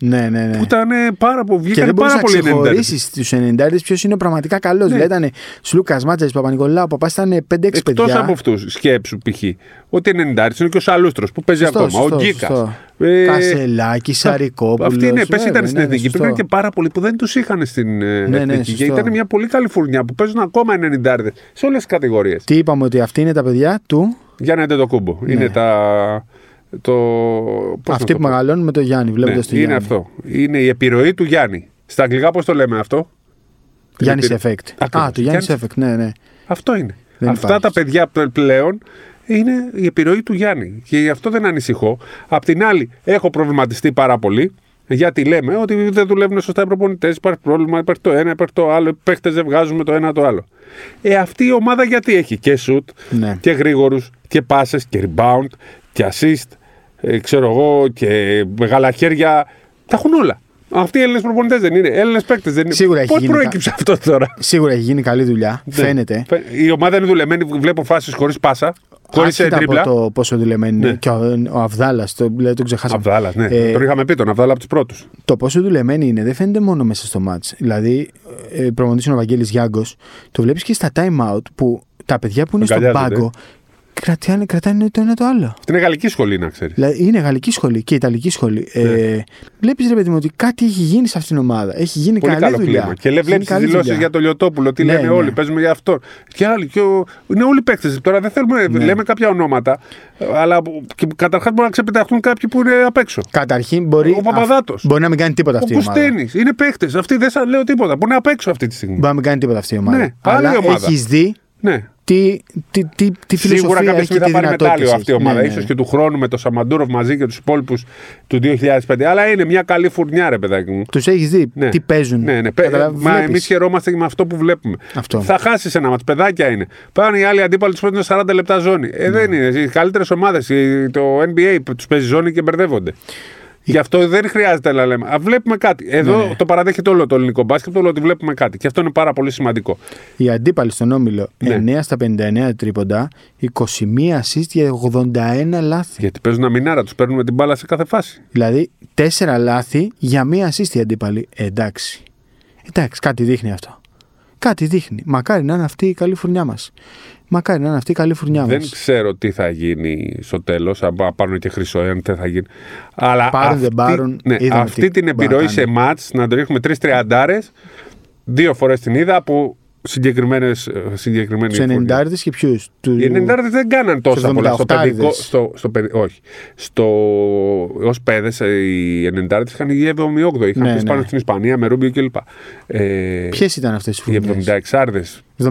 [SPEAKER 1] Ναι, ναι, ναι.
[SPEAKER 2] που ήταν ε, πάρα, πο-
[SPEAKER 1] Και
[SPEAKER 2] βγήκαν
[SPEAKER 1] δεν μπορούσε
[SPEAKER 2] πάρα
[SPEAKER 1] να
[SPEAKER 2] πολύ Ναι. 90.
[SPEAKER 1] ξεχωρίσεις τους 90 ποιος είναι πραγματικά καλός. Δηλαδή ήταν Σλούκας, Μάτζας, Παπα-Νικολάου, Παπά ήταν 5-6
[SPEAKER 2] Εκτός
[SPEAKER 1] παιδιά.
[SPEAKER 2] από αυτούς, σκέψου π.χ. Ότι 90 είναι και ο Σαλούστρος που παίζει
[SPEAKER 1] Σωστό,
[SPEAKER 2] ακόμα. ο Ε,
[SPEAKER 1] σωστό,
[SPEAKER 2] Γκίκα.
[SPEAKER 1] σωστό. Κασελάκη, ε, ναι, Σαρικόπουλος.
[SPEAKER 2] Αυτοί είναι, πε ήταν στην εθνική. Υπήρχαν
[SPEAKER 1] Πήγαν
[SPEAKER 2] και πάρα πολλοί που δεν τους είχαν στην ε,
[SPEAKER 1] Ναι, ναι,
[SPEAKER 2] εθνική. και
[SPEAKER 1] σωστό.
[SPEAKER 2] ήταν μια πολύ καλή φουρνιά που παίζουν ακόμα 90 σε όλες τις κατηγορίες.
[SPEAKER 1] Τι είπαμε ότι αυτοί είναι τα παιδιά του.
[SPEAKER 2] Για να το κούμπο. Είναι τα. Το, πώς να
[SPEAKER 1] Ναι. αυτοί
[SPEAKER 2] το
[SPEAKER 1] που
[SPEAKER 2] πω.
[SPEAKER 1] μεγαλώνουν με το Γιάννη,
[SPEAKER 2] Ναι,
[SPEAKER 1] βλέποντα
[SPEAKER 2] είναι
[SPEAKER 1] το Γιάννη.
[SPEAKER 2] αυτό. Είναι η επιρροή του Γιάννη. Στα αγγλικά πώς το λέμε αυτό.
[SPEAKER 1] Γιάννης
[SPEAKER 2] Την επιρροή.
[SPEAKER 1] Effect.
[SPEAKER 2] Ακριβώς.
[SPEAKER 1] Α, το Γιάννης
[SPEAKER 2] Γιάννης-
[SPEAKER 1] Effect, ναι, ναι.
[SPEAKER 2] Αυτό είναι.
[SPEAKER 1] Δεν
[SPEAKER 2] Αυτά
[SPEAKER 1] υπάρχει.
[SPEAKER 2] τα παιδιά πλε- πλέον είναι η επιρροή του Γιάννη. Και γι' αυτό δεν ανησυχώ. Απ' την άλλη, έχω προβληματιστεί πάρα πολύ. Γιατί λέμε ότι δεν δουλεύουν σωστά οι προπονητές, υπάρχει πρόβλημα, υπάρχει το ένα, υπάρχει το άλλο. Οι παίχτε δεν βγάζουν το ένα το άλλο. Ε, αυτή η ομάδα γιατί έχει και σουτ
[SPEAKER 1] Ναι.
[SPEAKER 2] και γρήγορους και πάσες και rebound και assist, ε, ξέρω εγώ, και μεγάλα χέρια. Τα έχουν όλα. Αυτοί οι Έλληνες προπονητές δεν είναι. Έλληνες παίκτες δεν είναι.
[SPEAKER 1] Σίγουρα έχει
[SPEAKER 2] Πώς
[SPEAKER 1] γίνει κα-
[SPEAKER 2] προέκυψε αυτό τώρα.
[SPEAKER 1] Σίγουρα έχει γίνει καλή δουλειά.
[SPEAKER 2] Ναι.
[SPEAKER 1] Φαίνεται.
[SPEAKER 2] Φε- Η ομάδα είναι δουλεμένη. Βλέπω φάσεις χωρίς πάσα, χωρίς
[SPEAKER 1] Άσχετα
[SPEAKER 2] τρίπλα.
[SPEAKER 1] από το πόσο δουλεμένη είναι.
[SPEAKER 2] Ναι.
[SPEAKER 1] Και ο, ο Αυδάλλα, το, δηλαδή τον ξεχάσαμε.
[SPEAKER 2] Αυδάλλα, ναι.
[SPEAKER 1] Ε,
[SPEAKER 2] Τον είχαμε πει τον Αυδάλλα από τους πρώτους.
[SPEAKER 1] Το πόσο δουλεμένη είναι δεν φαίνεται μόνο μέσα στο μάτς. Δηλαδή, ε, προμονητής είναι ο Βαγγέλης Γιάγκος, το βλέπεις και στα time out που τα παιδιά που είναι στον
[SPEAKER 2] Αγκαλιάζονται.
[SPEAKER 1] πάγκο κρατάνε, κρατάνε το ένα το άλλο.
[SPEAKER 2] Αυτή είναι γαλλική σχολή, να ξέρεις.
[SPEAKER 1] Δηλαδή, είναι γαλλική σχολή και ιταλική σχολή.
[SPEAKER 2] Ναι.
[SPEAKER 1] Ε, βλέπεις ρε παιδί μου ότι κάτι έχει γίνει σε αυτήν την ομάδα. Έχει γίνει
[SPEAKER 2] Πολύ
[SPEAKER 1] καλή
[SPEAKER 2] καλό
[SPEAKER 1] δουλειά.
[SPEAKER 2] κλίμα.
[SPEAKER 1] Έχει
[SPEAKER 2] Και
[SPEAKER 1] γίνει
[SPEAKER 2] βλέπεις τις
[SPEAKER 1] καλή
[SPEAKER 2] δηλώσεις
[SPEAKER 1] δουλειά.
[SPEAKER 2] για το Λιωτόπουλο, τι
[SPEAKER 1] Ναι,
[SPEAKER 2] λένε
[SPEAKER 1] ναι.
[SPEAKER 2] όλοι, παίζουμε για αυτό. Και άλλοι. Και ο... Είναι όλοι παίκτες. Τώρα δεν θέλουμε,
[SPEAKER 1] Ναι.
[SPEAKER 2] λέμε κάποια ονόματα, αλλά καταρχά μπορεί να ξεπεταχτούν κάποιοι που είναι απ' έξω.
[SPEAKER 1] Καταρχήν μπορεί,
[SPEAKER 2] Ο Παπαδάτος.
[SPEAKER 1] αυ- μπορεί να μην κάνει τίποτα αυτή
[SPEAKER 2] Ο
[SPEAKER 1] η ομάδα.
[SPEAKER 2] Κουστένη είναι παίκτες. Αυτοί δεν σας λέω τίποτα. Μπορεί να απ' έξω αυτή τη στιγμή.
[SPEAKER 1] Μπορεί να μην κάνει τίποτα αυτή η ομάδα.
[SPEAKER 2] Ναι,
[SPEAKER 1] Αλλά
[SPEAKER 2] άλλη ομάδα.
[SPEAKER 1] έχεις δει
[SPEAKER 2] Ναι.
[SPEAKER 1] τι, τι, τι, τι
[SPEAKER 2] Σίγουρα
[SPEAKER 1] φιλοσοφία
[SPEAKER 2] κάποια
[SPEAKER 1] έχει και
[SPEAKER 2] στιγμή
[SPEAKER 1] τι
[SPEAKER 2] θα πάρει
[SPEAKER 1] δυνατότητες
[SPEAKER 2] μετάλλιο
[SPEAKER 1] έχει.
[SPEAKER 2] αυτή η ομάδα.
[SPEAKER 1] Ναι, ναι,
[SPEAKER 2] ίσως
[SPEAKER 1] ναι.
[SPEAKER 2] και του χρόνου με τον Σαμαντούροφ μαζί και τους υπόλοιπους του 2005. Αλλά είναι μια καλή φουρνιά, ρε παιδάκι μου.
[SPEAKER 1] Τους έχεις δει
[SPEAKER 2] Ναι.
[SPEAKER 1] τι παίζουν.
[SPEAKER 2] Ναι, ναι. Πε-
[SPEAKER 1] Καταλαβα-
[SPEAKER 2] Μα
[SPEAKER 1] βλέπεις.
[SPEAKER 2] εμεί χαιρόμαστε και με αυτό που βλέπουμε.
[SPEAKER 1] Αυτό.
[SPEAKER 2] Θα χάσεις ένα μάτς. Παιδάκια είναι. Πάνε οι άλλοι αντίπαλοι τους παίζουν 40 λεπτά ζώνη.
[SPEAKER 1] Ναι.
[SPEAKER 2] Ε, Δεν είναι. Οι καλύτερες ομάδες, το NBA τους παίζει ζώνη και μπερδεύονται. Γι' αυτό δεν χρειάζεται να λέμε. Α, βλέπουμε κάτι. Εδώ
[SPEAKER 1] Ναι, ναι.
[SPEAKER 2] το παραδέχεται όλο το ελληνικό μπάσκετ, όλο ότι βλέπουμε κάτι. Και αυτό είναι πάρα πολύ σημαντικό.
[SPEAKER 1] Οι αντίπαλοι στον Όμιλο
[SPEAKER 2] Ναι.
[SPEAKER 1] 9 στα 59 τρίποντα, 21 assist για 81 λάθη.
[SPEAKER 2] Γιατί παίζουν αμυνάρα, τους παίρνουμε την μπάλα σε κάθε φάση.
[SPEAKER 1] Δηλαδή 4 λάθη για μία assist οι αντίπαλοι. Ε, Εντάξει. Εντάξει, κάτι δείχνει αυτό. Κάτι δείχνει. Μακάρι να είναι αυτή η καλή φουρνιά μας. Μακάρι να είναι αυτή η καλή φουρνιά μα.
[SPEAKER 2] Δεν ξέρω τι θα γίνει στο τέλος. Αν πάρουν και χρυσό, αν δεν θα γίνει. Αλλά
[SPEAKER 1] Πάρουν,
[SPEAKER 2] αυτή,
[SPEAKER 1] δεν πάρουν,
[SPEAKER 2] ναι,
[SPEAKER 1] είδαμε
[SPEAKER 2] αυτή
[SPEAKER 1] τι
[SPEAKER 2] την επιρροή σε
[SPEAKER 1] μπατάνε.
[SPEAKER 2] μάτ να τον έχουμε τρεις τριαντάρες, δύο φορές την είδα από συγκεκριμένε. Συγκεκριμένη
[SPEAKER 1] Τους 90 και ποιους. Του...
[SPEAKER 2] Οι 90 δεν κάναν τόσα
[SPEAKER 1] στους
[SPEAKER 2] πολλά. Στο
[SPEAKER 1] 78
[SPEAKER 2] παιδικό. Στο, στο παιδι- όχι. Στο, Ως παιδες, οι 90 είχαν η 78η. Είχαν
[SPEAKER 1] Ναι,
[SPEAKER 2] ναι,
[SPEAKER 1] ναι.
[SPEAKER 2] πάνω στην Ισπανία με Ρούμπιο κλπ. Ε,
[SPEAKER 1] Ποιες ήταν αυτές οι
[SPEAKER 2] οι
[SPEAKER 1] φουρνιέ. 76,
[SPEAKER 2] 76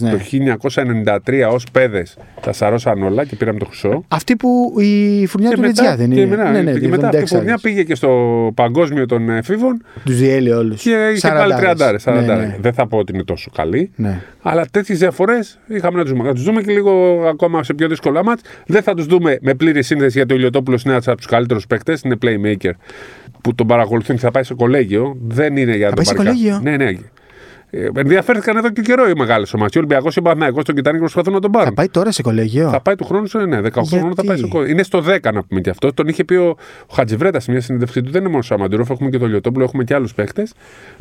[SPEAKER 1] ναι.
[SPEAKER 2] το 1993 ω παιδε τα σαρώσαν όλα και πήραμε το χρυσό.
[SPEAKER 1] Αυτή που η φουρνιά του Ρετζιά δεν
[SPEAKER 2] και
[SPEAKER 1] είναι.
[SPEAKER 2] μετά,
[SPEAKER 1] ναι, ναι,
[SPEAKER 2] και μετά αυτή η φουρνιά πήγε και στο παγκόσμιο των εφήβων
[SPEAKER 1] Τους διέλυε όλους.
[SPEAKER 2] και είχε πάλι 30. 40.
[SPEAKER 1] Ναι, ναι.
[SPEAKER 2] Δεν θα πω ότι είναι τόσο καλή.
[SPEAKER 1] Ναι.
[SPEAKER 2] Αλλά τέτοιες διαφορές είχαμε να τους δούμε. Θα τους δούμε και λίγο ακόμα σε πιο δύσκολα μάτ. Δεν θα τους δούμε με πλήρη σύνδεση γιατί ο Ηλιοτόπουλος είναι ένας από τους καλύτερους παίκτες. Είναι playmaker που τον παρακολουθούν και θα πάει σε κολέγιο. Δεν είναι για
[SPEAKER 1] Θα
[SPEAKER 2] να
[SPEAKER 1] πάει
[SPEAKER 2] τον
[SPEAKER 1] σε
[SPEAKER 2] πάρει κα-
[SPEAKER 1] κολέγιο?
[SPEAKER 2] Ναι, ναι. Ε, ενδιαφέρθηκαν εδώ και καιρό οι μεγάλες ομάδες. Ο Ολυμπιακό ή ο Παναθηναϊκός τον κοιτάνε και προσπαθούν να τον πάρουν.
[SPEAKER 1] Θα πάει τώρα σε κολέγιο.
[SPEAKER 2] Θα πάει του χρόνου, σε- ναι, 18 χρόνων θα
[SPEAKER 1] Γιατί?
[SPEAKER 2] πάει στο κόμμα. Είναι στο 10 να πούμε και αυτό. Τον είχε πει ο, ο Χατζιβρέτα σε μια συνέντευξή του. Δεν είναι μόνο ο Σαμαντούροφ, έχουμε και τον Λιωτόπουλο, έχουμε και άλλους παίκτες.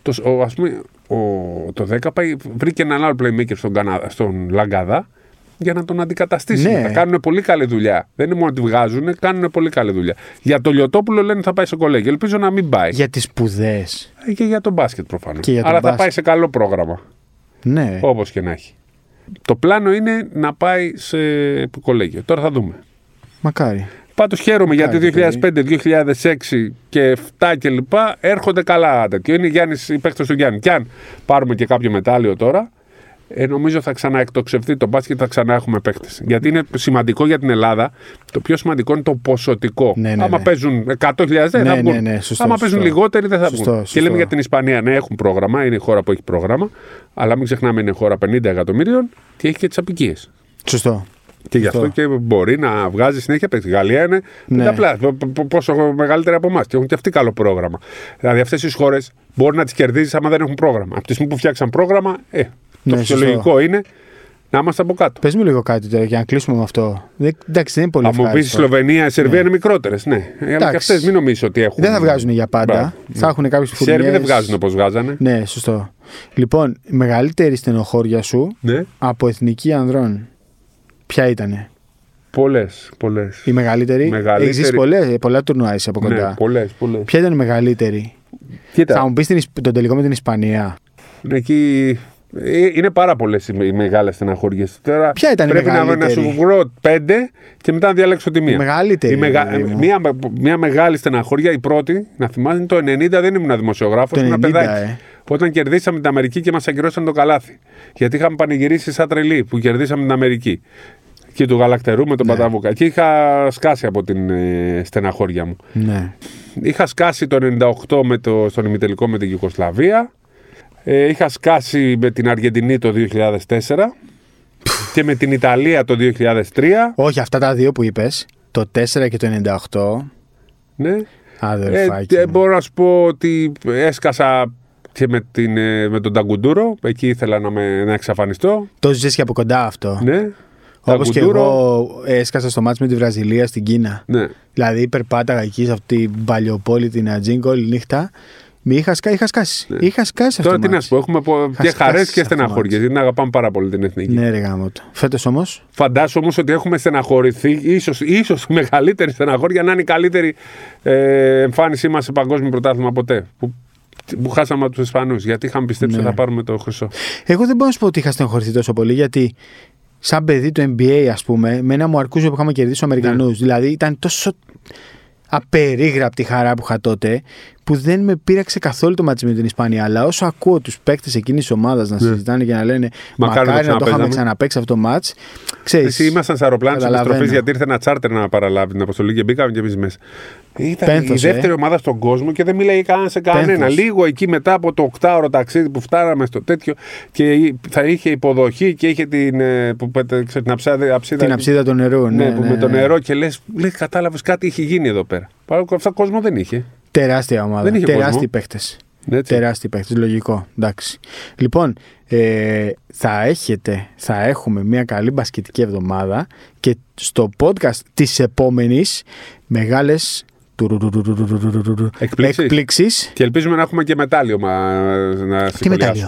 [SPEAKER 2] Το, σ- ο, ας πούμε, ο, το 10 πάει, βρήκε έναν άλλο playmaker στον, Κανα, στον Λαγκαδά για να τον αντικαταστήσει.
[SPEAKER 1] Ναι.
[SPEAKER 2] Θα κάνουν πολύ καλή δουλειά. Δεν είναι μόνο ότι βγάζουν, κάνουν πολύ καλή δουλειά. Για το Λιωτόπουλο λένε θα πάει στο κολέγιο. Ελπίζω να μην πάει.
[SPEAKER 1] Για τις σπουδές.
[SPEAKER 2] Ε, Και για τον μπάσκετ προφανώς.
[SPEAKER 1] Και για τον
[SPEAKER 2] Αλλά θα
[SPEAKER 1] μπάσκετ.
[SPEAKER 2] πάει σε καλό πρόγραμμα.
[SPEAKER 1] Ναι.
[SPEAKER 2] Όπως και να έχει. Το πλάνο είναι να πάει σε κολέγιο. Τώρα θα δούμε.
[SPEAKER 1] Μακάρι.
[SPEAKER 2] Πάντως χαίρομαι
[SPEAKER 1] Μακάρι,
[SPEAKER 2] γιατί 2005, 2006 και 7 και λοιπά έρχονται καλά τέτοιο. Είναι Γιάννης, η παίκτος του Γιάννη. Κι αν πάρουμε και κάποιο μετάλλιο τώρα, ε, νομίζω θα ξαναεκτοξευθεί το μπάσκετ θα ξανά έχουμε παίκτες. Γιατί είναι σημαντικό για την Ελλάδα. Το πιο σημαντικό είναι το ποσοτικό.
[SPEAKER 1] Ναι, ναι,
[SPEAKER 2] Άμα
[SPEAKER 1] ναι.
[SPEAKER 2] παίζουν 100.000 δεν
[SPEAKER 1] Ναι,
[SPEAKER 2] θα βγουν.
[SPEAKER 1] ναι, ναι, σωστό,
[SPEAKER 2] Άμα
[SPEAKER 1] σωστό.
[SPEAKER 2] παίζουν λιγότεροι δεν θα
[SPEAKER 1] Σωστό,
[SPEAKER 2] βγουν.
[SPEAKER 1] σωστό.
[SPEAKER 2] Και λέμε για την Ισπανία, ναι, έχουν πρόγραμμα, είναι η χώρα που έχει πρόγραμμα. Αλλά μην ξεχνάμε είναι χώρα 50 εκατομμύριων και έχει και τις απικίες.
[SPEAKER 1] Σωστό.
[SPEAKER 2] Και γι' αυτό
[SPEAKER 1] Αυτό.
[SPEAKER 2] και μπορεί να βγάζει συνέχεια παίκτη. Η Γαλλία είναι
[SPEAKER 1] Ναι.
[SPEAKER 2] πενταπλά, π- π- πόσο μεγαλύτερη από εμάς. Και έχουν και αυτοί καλό πρόγραμμα. Δηλαδή αυτές τις χώρες μπορεί να τις κερδίζεις άμα δεν έχουν πρόγραμμα. Από τη στιγμή που φτιάξαν πρόγραμμα, ε, το
[SPEAKER 1] Ναι,
[SPEAKER 2] φυσιολογικό είναι να είμαστε από κάτω.
[SPEAKER 1] Πες μου λίγο κάτι τώρα για να κλείσουμε με αυτό. Δεν, εντάξει, δεν είναι πολύ
[SPEAKER 2] Αν μου πεις
[SPEAKER 1] ευχάριστο.
[SPEAKER 2] Σλοβενία, η Σερβία είναι μικρότερες. Ναι, Ε, αλλά και
[SPEAKER 1] Εντάξει.
[SPEAKER 2] αυτές μην νομίζεις ότι έχουν.
[SPEAKER 1] Δεν θα βγάζουν για πάντα.
[SPEAKER 2] Μπράβο.
[SPEAKER 1] Θα έχουν κάποιες
[SPEAKER 2] Οι
[SPEAKER 1] φουρνιέ.
[SPEAKER 2] Σέρβοι δεν βγάζουν όπως βγάζανε.
[SPEAKER 1] Ναι, σωστό. Λοιπόν, η μεγαλύτερη στενοχώρια σου
[SPEAKER 2] Ναι.
[SPEAKER 1] από εθνική ανδρών. Ποια ήτανε.
[SPEAKER 2] Πολλές, πολλές.
[SPEAKER 1] Η μεγαλύτερη.
[SPEAKER 2] Μεγαλύτερη.
[SPEAKER 1] Έχεις ζήσει πολλές- ε, πολλά τουρνουά είσαι από κοντά.
[SPEAKER 2] Ναι, πολλές, πολλές.
[SPEAKER 1] Ποια ήταν η μεγαλύτερη. Θα μου πεις τον τελικό με την Ισπανία.
[SPEAKER 2] Εκεί ε, είναι πάρα πολλές οι μεγάλες στεναχώριε. Τώρα
[SPEAKER 1] Ποια ήταν η
[SPEAKER 2] πρέπει να, να
[SPEAKER 1] μεγαλύτερη?
[SPEAKER 2] σου βρω πέντε και μετά να διαλέξω τη μία.
[SPEAKER 1] Η μεγαλύτερη,
[SPEAKER 2] Η μεγα-
[SPEAKER 1] δηλαδή, μου.
[SPEAKER 2] μία, μία μεγάλη στεναχώρια, η πρώτη, να θυμάσαι, είναι το 90 δεν ήμουν δημοσιογράφος,
[SPEAKER 1] Το
[SPEAKER 2] ήμουν
[SPEAKER 1] 90,
[SPEAKER 2] παιδάκι.
[SPEAKER 1] ε.
[SPEAKER 2] Όταν κερδίσαμε την Αμερική και μας ακυρώσαν το καλάθι. Γιατί είχαμε πανηγυρίσει σαν τρελή που κερδίσαμε την Αμερική. και του γαλακτερού με τον
[SPEAKER 1] Ναι.
[SPEAKER 2] Παταβούκα. Και είχα σκάσει από την ε, στεναχώρια μου.
[SPEAKER 1] Ναι.
[SPEAKER 2] Είχα σκάσει το 98 με το, στον ημιτελικό με την Γιουγκοσλαβία. Ε, είχα σκάσει με την Αργεντινή το 2004 και με την Ιταλία το 2003.
[SPEAKER 1] Όχι, αυτά τα δύο που είπες, το 4 και το
[SPEAKER 2] Ναι.
[SPEAKER 1] 98,
[SPEAKER 2] Ε,
[SPEAKER 1] αδερφάκι.
[SPEAKER 2] ε,
[SPEAKER 1] μου.
[SPEAKER 2] μπορώ να σου πω ότι έσκασα και με, την, ε, με τον Ταγκουντούρο. Εκεί ήθελα να, με, να εξαφανιστώ.
[SPEAKER 1] Το ζήσει και από κοντά αυτό.
[SPEAKER 2] Ναι.
[SPEAKER 1] Όπως και
[SPEAKER 2] Ταγκουντούρο.
[SPEAKER 1] εγώ έσκασα στο μάτς με τη Βραζιλία στην Κίνα.
[SPEAKER 2] Ναι.
[SPEAKER 1] Δηλαδή, περπάταγα εκεί σε αυτή την παλιοπόλη την Ατζίνκο όλη νύχτα. Μη είχα, σκα- είχα σκάσει. Είχα σκάσει αυτό.
[SPEAKER 2] Ναι. Τώρα
[SPEAKER 1] το
[SPEAKER 2] τι να
[SPEAKER 1] μάτς.
[SPEAKER 2] σου πω, έχουμε πο- και
[SPEAKER 1] σκάσει
[SPEAKER 2] χαρές
[SPEAKER 1] αυτό
[SPEAKER 2] και
[SPEAKER 1] το
[SPEAKER 2] στεναχώριε.
[SPEAKER 1] μάτς.
[SPEAKER 2] Γιατί την αγαπάμε πάρα πολύ την εθνική.
[SPEAKER 1] Ναι, ρε γάμο του. Φέτος όμως.
[SPEAKER 2] Φαντάσου όμως ότι έχουμε στεναχωρηθεί, ίσως ίσως μεγαλύτερη στεναχώρια να είναι η καλύτερη ε, εμφάνισή μας σε παγκόσμιο πρωτάθλημα ποτέ. Που, που χάσαμε από τους Ισπανούς. Γιατί είχαμε πιστέψει ότι
[SPEAKER 1] Ναι.
[SPEAKER 2] θα πάρουμε το χρυσό.
[SPEAKER 1] Εγώ δεν μπορώ να σου πω ότι είχα στενοχωρηθεί τόσο πολύ γιατί σαν παιδί του NBA, ας πούμε, με ένα μου αρκούσε που είχαμε κερδίσει του
[SPEAKER 2] Ναι.
[SPEAKER 1] Αμερικανού. Δηλαδή ήταν τόσο απερίγραπτη χαρά που είχα τότε που δεν με πείραξε καθόλου το μάτι με την Ισπανία. Αλλά όσο ακούω τους παίκτες εκείνης της ομάδας να συζητάνε και να λένε
[SPEAKER 2] Ναι. Μακάρι να
[SPEAKER 1] Μακάρι να το είχαμε
[SPEAKER 2] ξαναπαίζαμε».
[SPEAKER 1] ξαναπέξει αυτό το μάτ.
[SPEAKER 2] Εσύ ήμασταν σε αεροπλάνο τη
[SPEAKER 1] Καταλαβαίνω.
[SPEAKER 2] επιστροφή γιατί ήρθε ένα τσάρτερ να παραλάβει την αποστολή και μπήκαμε και εμείς μέσα. Ήταν
[SPEAKER 1] Πένθος,
[SPEAKER 2] η δεύτερη
[SPEAKER 1] ε.
[SPEAKER 2] ομάδα στον κόσμο και δεν μιλάει κανένας σε κανένα.
[SPEAKER 1] Πένθος.
[SPEAKER 2] Λίγο εκεί μετά από το οκτάωρο ταξίδι που φτάναμε στο τέτοιο και θα είχε υποδοχή και είχε την, ε, που, πέτα- ξέρω, την αψίδα, αψίδα
[SPEAKER 1] την
[SPEAKER 2] εκεί.
[SPEAKER 1] αψίδα του νερού.
[SPEAKER 2] δηλαδή Ναι, που με το νερό και λες, λες, κατάλαβες κάτι είχε γίνει εδώ πέρα. Παρόλο που αυτά κόσμο δεν είχε.
[SPEAKER 1] Τεράστια ομάδα.
[SPEAKER 2] Δεν είχε κόσμο.
[SPEAKER 1] Τεράστιοι παίχτε.
[SPEAKER 2] Έτσι.
[SPEAKER 1] Τεράστιοι παίχτε. Λογικό. Εντάξει. Λοιπόν, ε, θα έχετε, θα έχουμε μια καλή μπασκετική εβδομάδα και στο podcast της επόμενης μεγάλες
[SPEAKER 2] Εκπλήξεις. Και ελπίζουμε να έχουμε και μετάλλιο μα, να σχολιάσουμε.
[SPEAKER 1] μετάλλιο?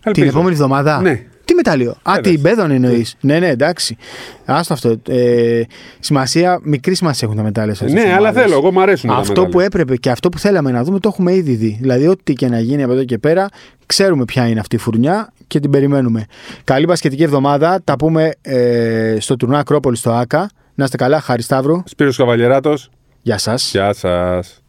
[SPEAKER 1] Την
[SPEAKER 2] Ελπίζω.
[SPEAKER 1] επόμενη εβδομάδα.
[SPEAKER 2] Ναι.
[SPEAKER 1] Τι μετάλλιο. Α,
[SPEAKER 2] Βέβαια.
[SPEAKER 1] την Μπέδων εννοείς. Ναι, ναι, εντάξει. Άστο αυτό. Ε, σημασία, μικρή σημασία έχουν τα μετάλλια σε αυτές τις
[SPEAKER 2] Ναι, αλλά
[SPEAKER 1] ομάδες.
[SPEAKER 2] θέλω. Εγώ μου αρέσουν. τα
[SPEAKER 1] Αυτό
[SPEAKER 2] μετάλλια.
[SPEAKER 1] που έπρεπε και αυτό που θέλαμε να δούμε το έχουμε ήδη δει. Δηλαδή, ό,τι και να γίνει από εδώ και πέρα, ξέρουμε ποια είναι αυτή η φουρνιά και την περιμένουμε. Καλή μπασκετική εβδομάδα. Τα πούμε ε, στο τουρνά Ακρόπολης στο ΑΚΑ. Να είστε καλά, Χάρη Σταύρου.
[SPEAKER 2] Σπύρος Καβαλιεράτος,
[SPEAKER 1] Γεια σας.
[SPEAKER 2] γεια σας.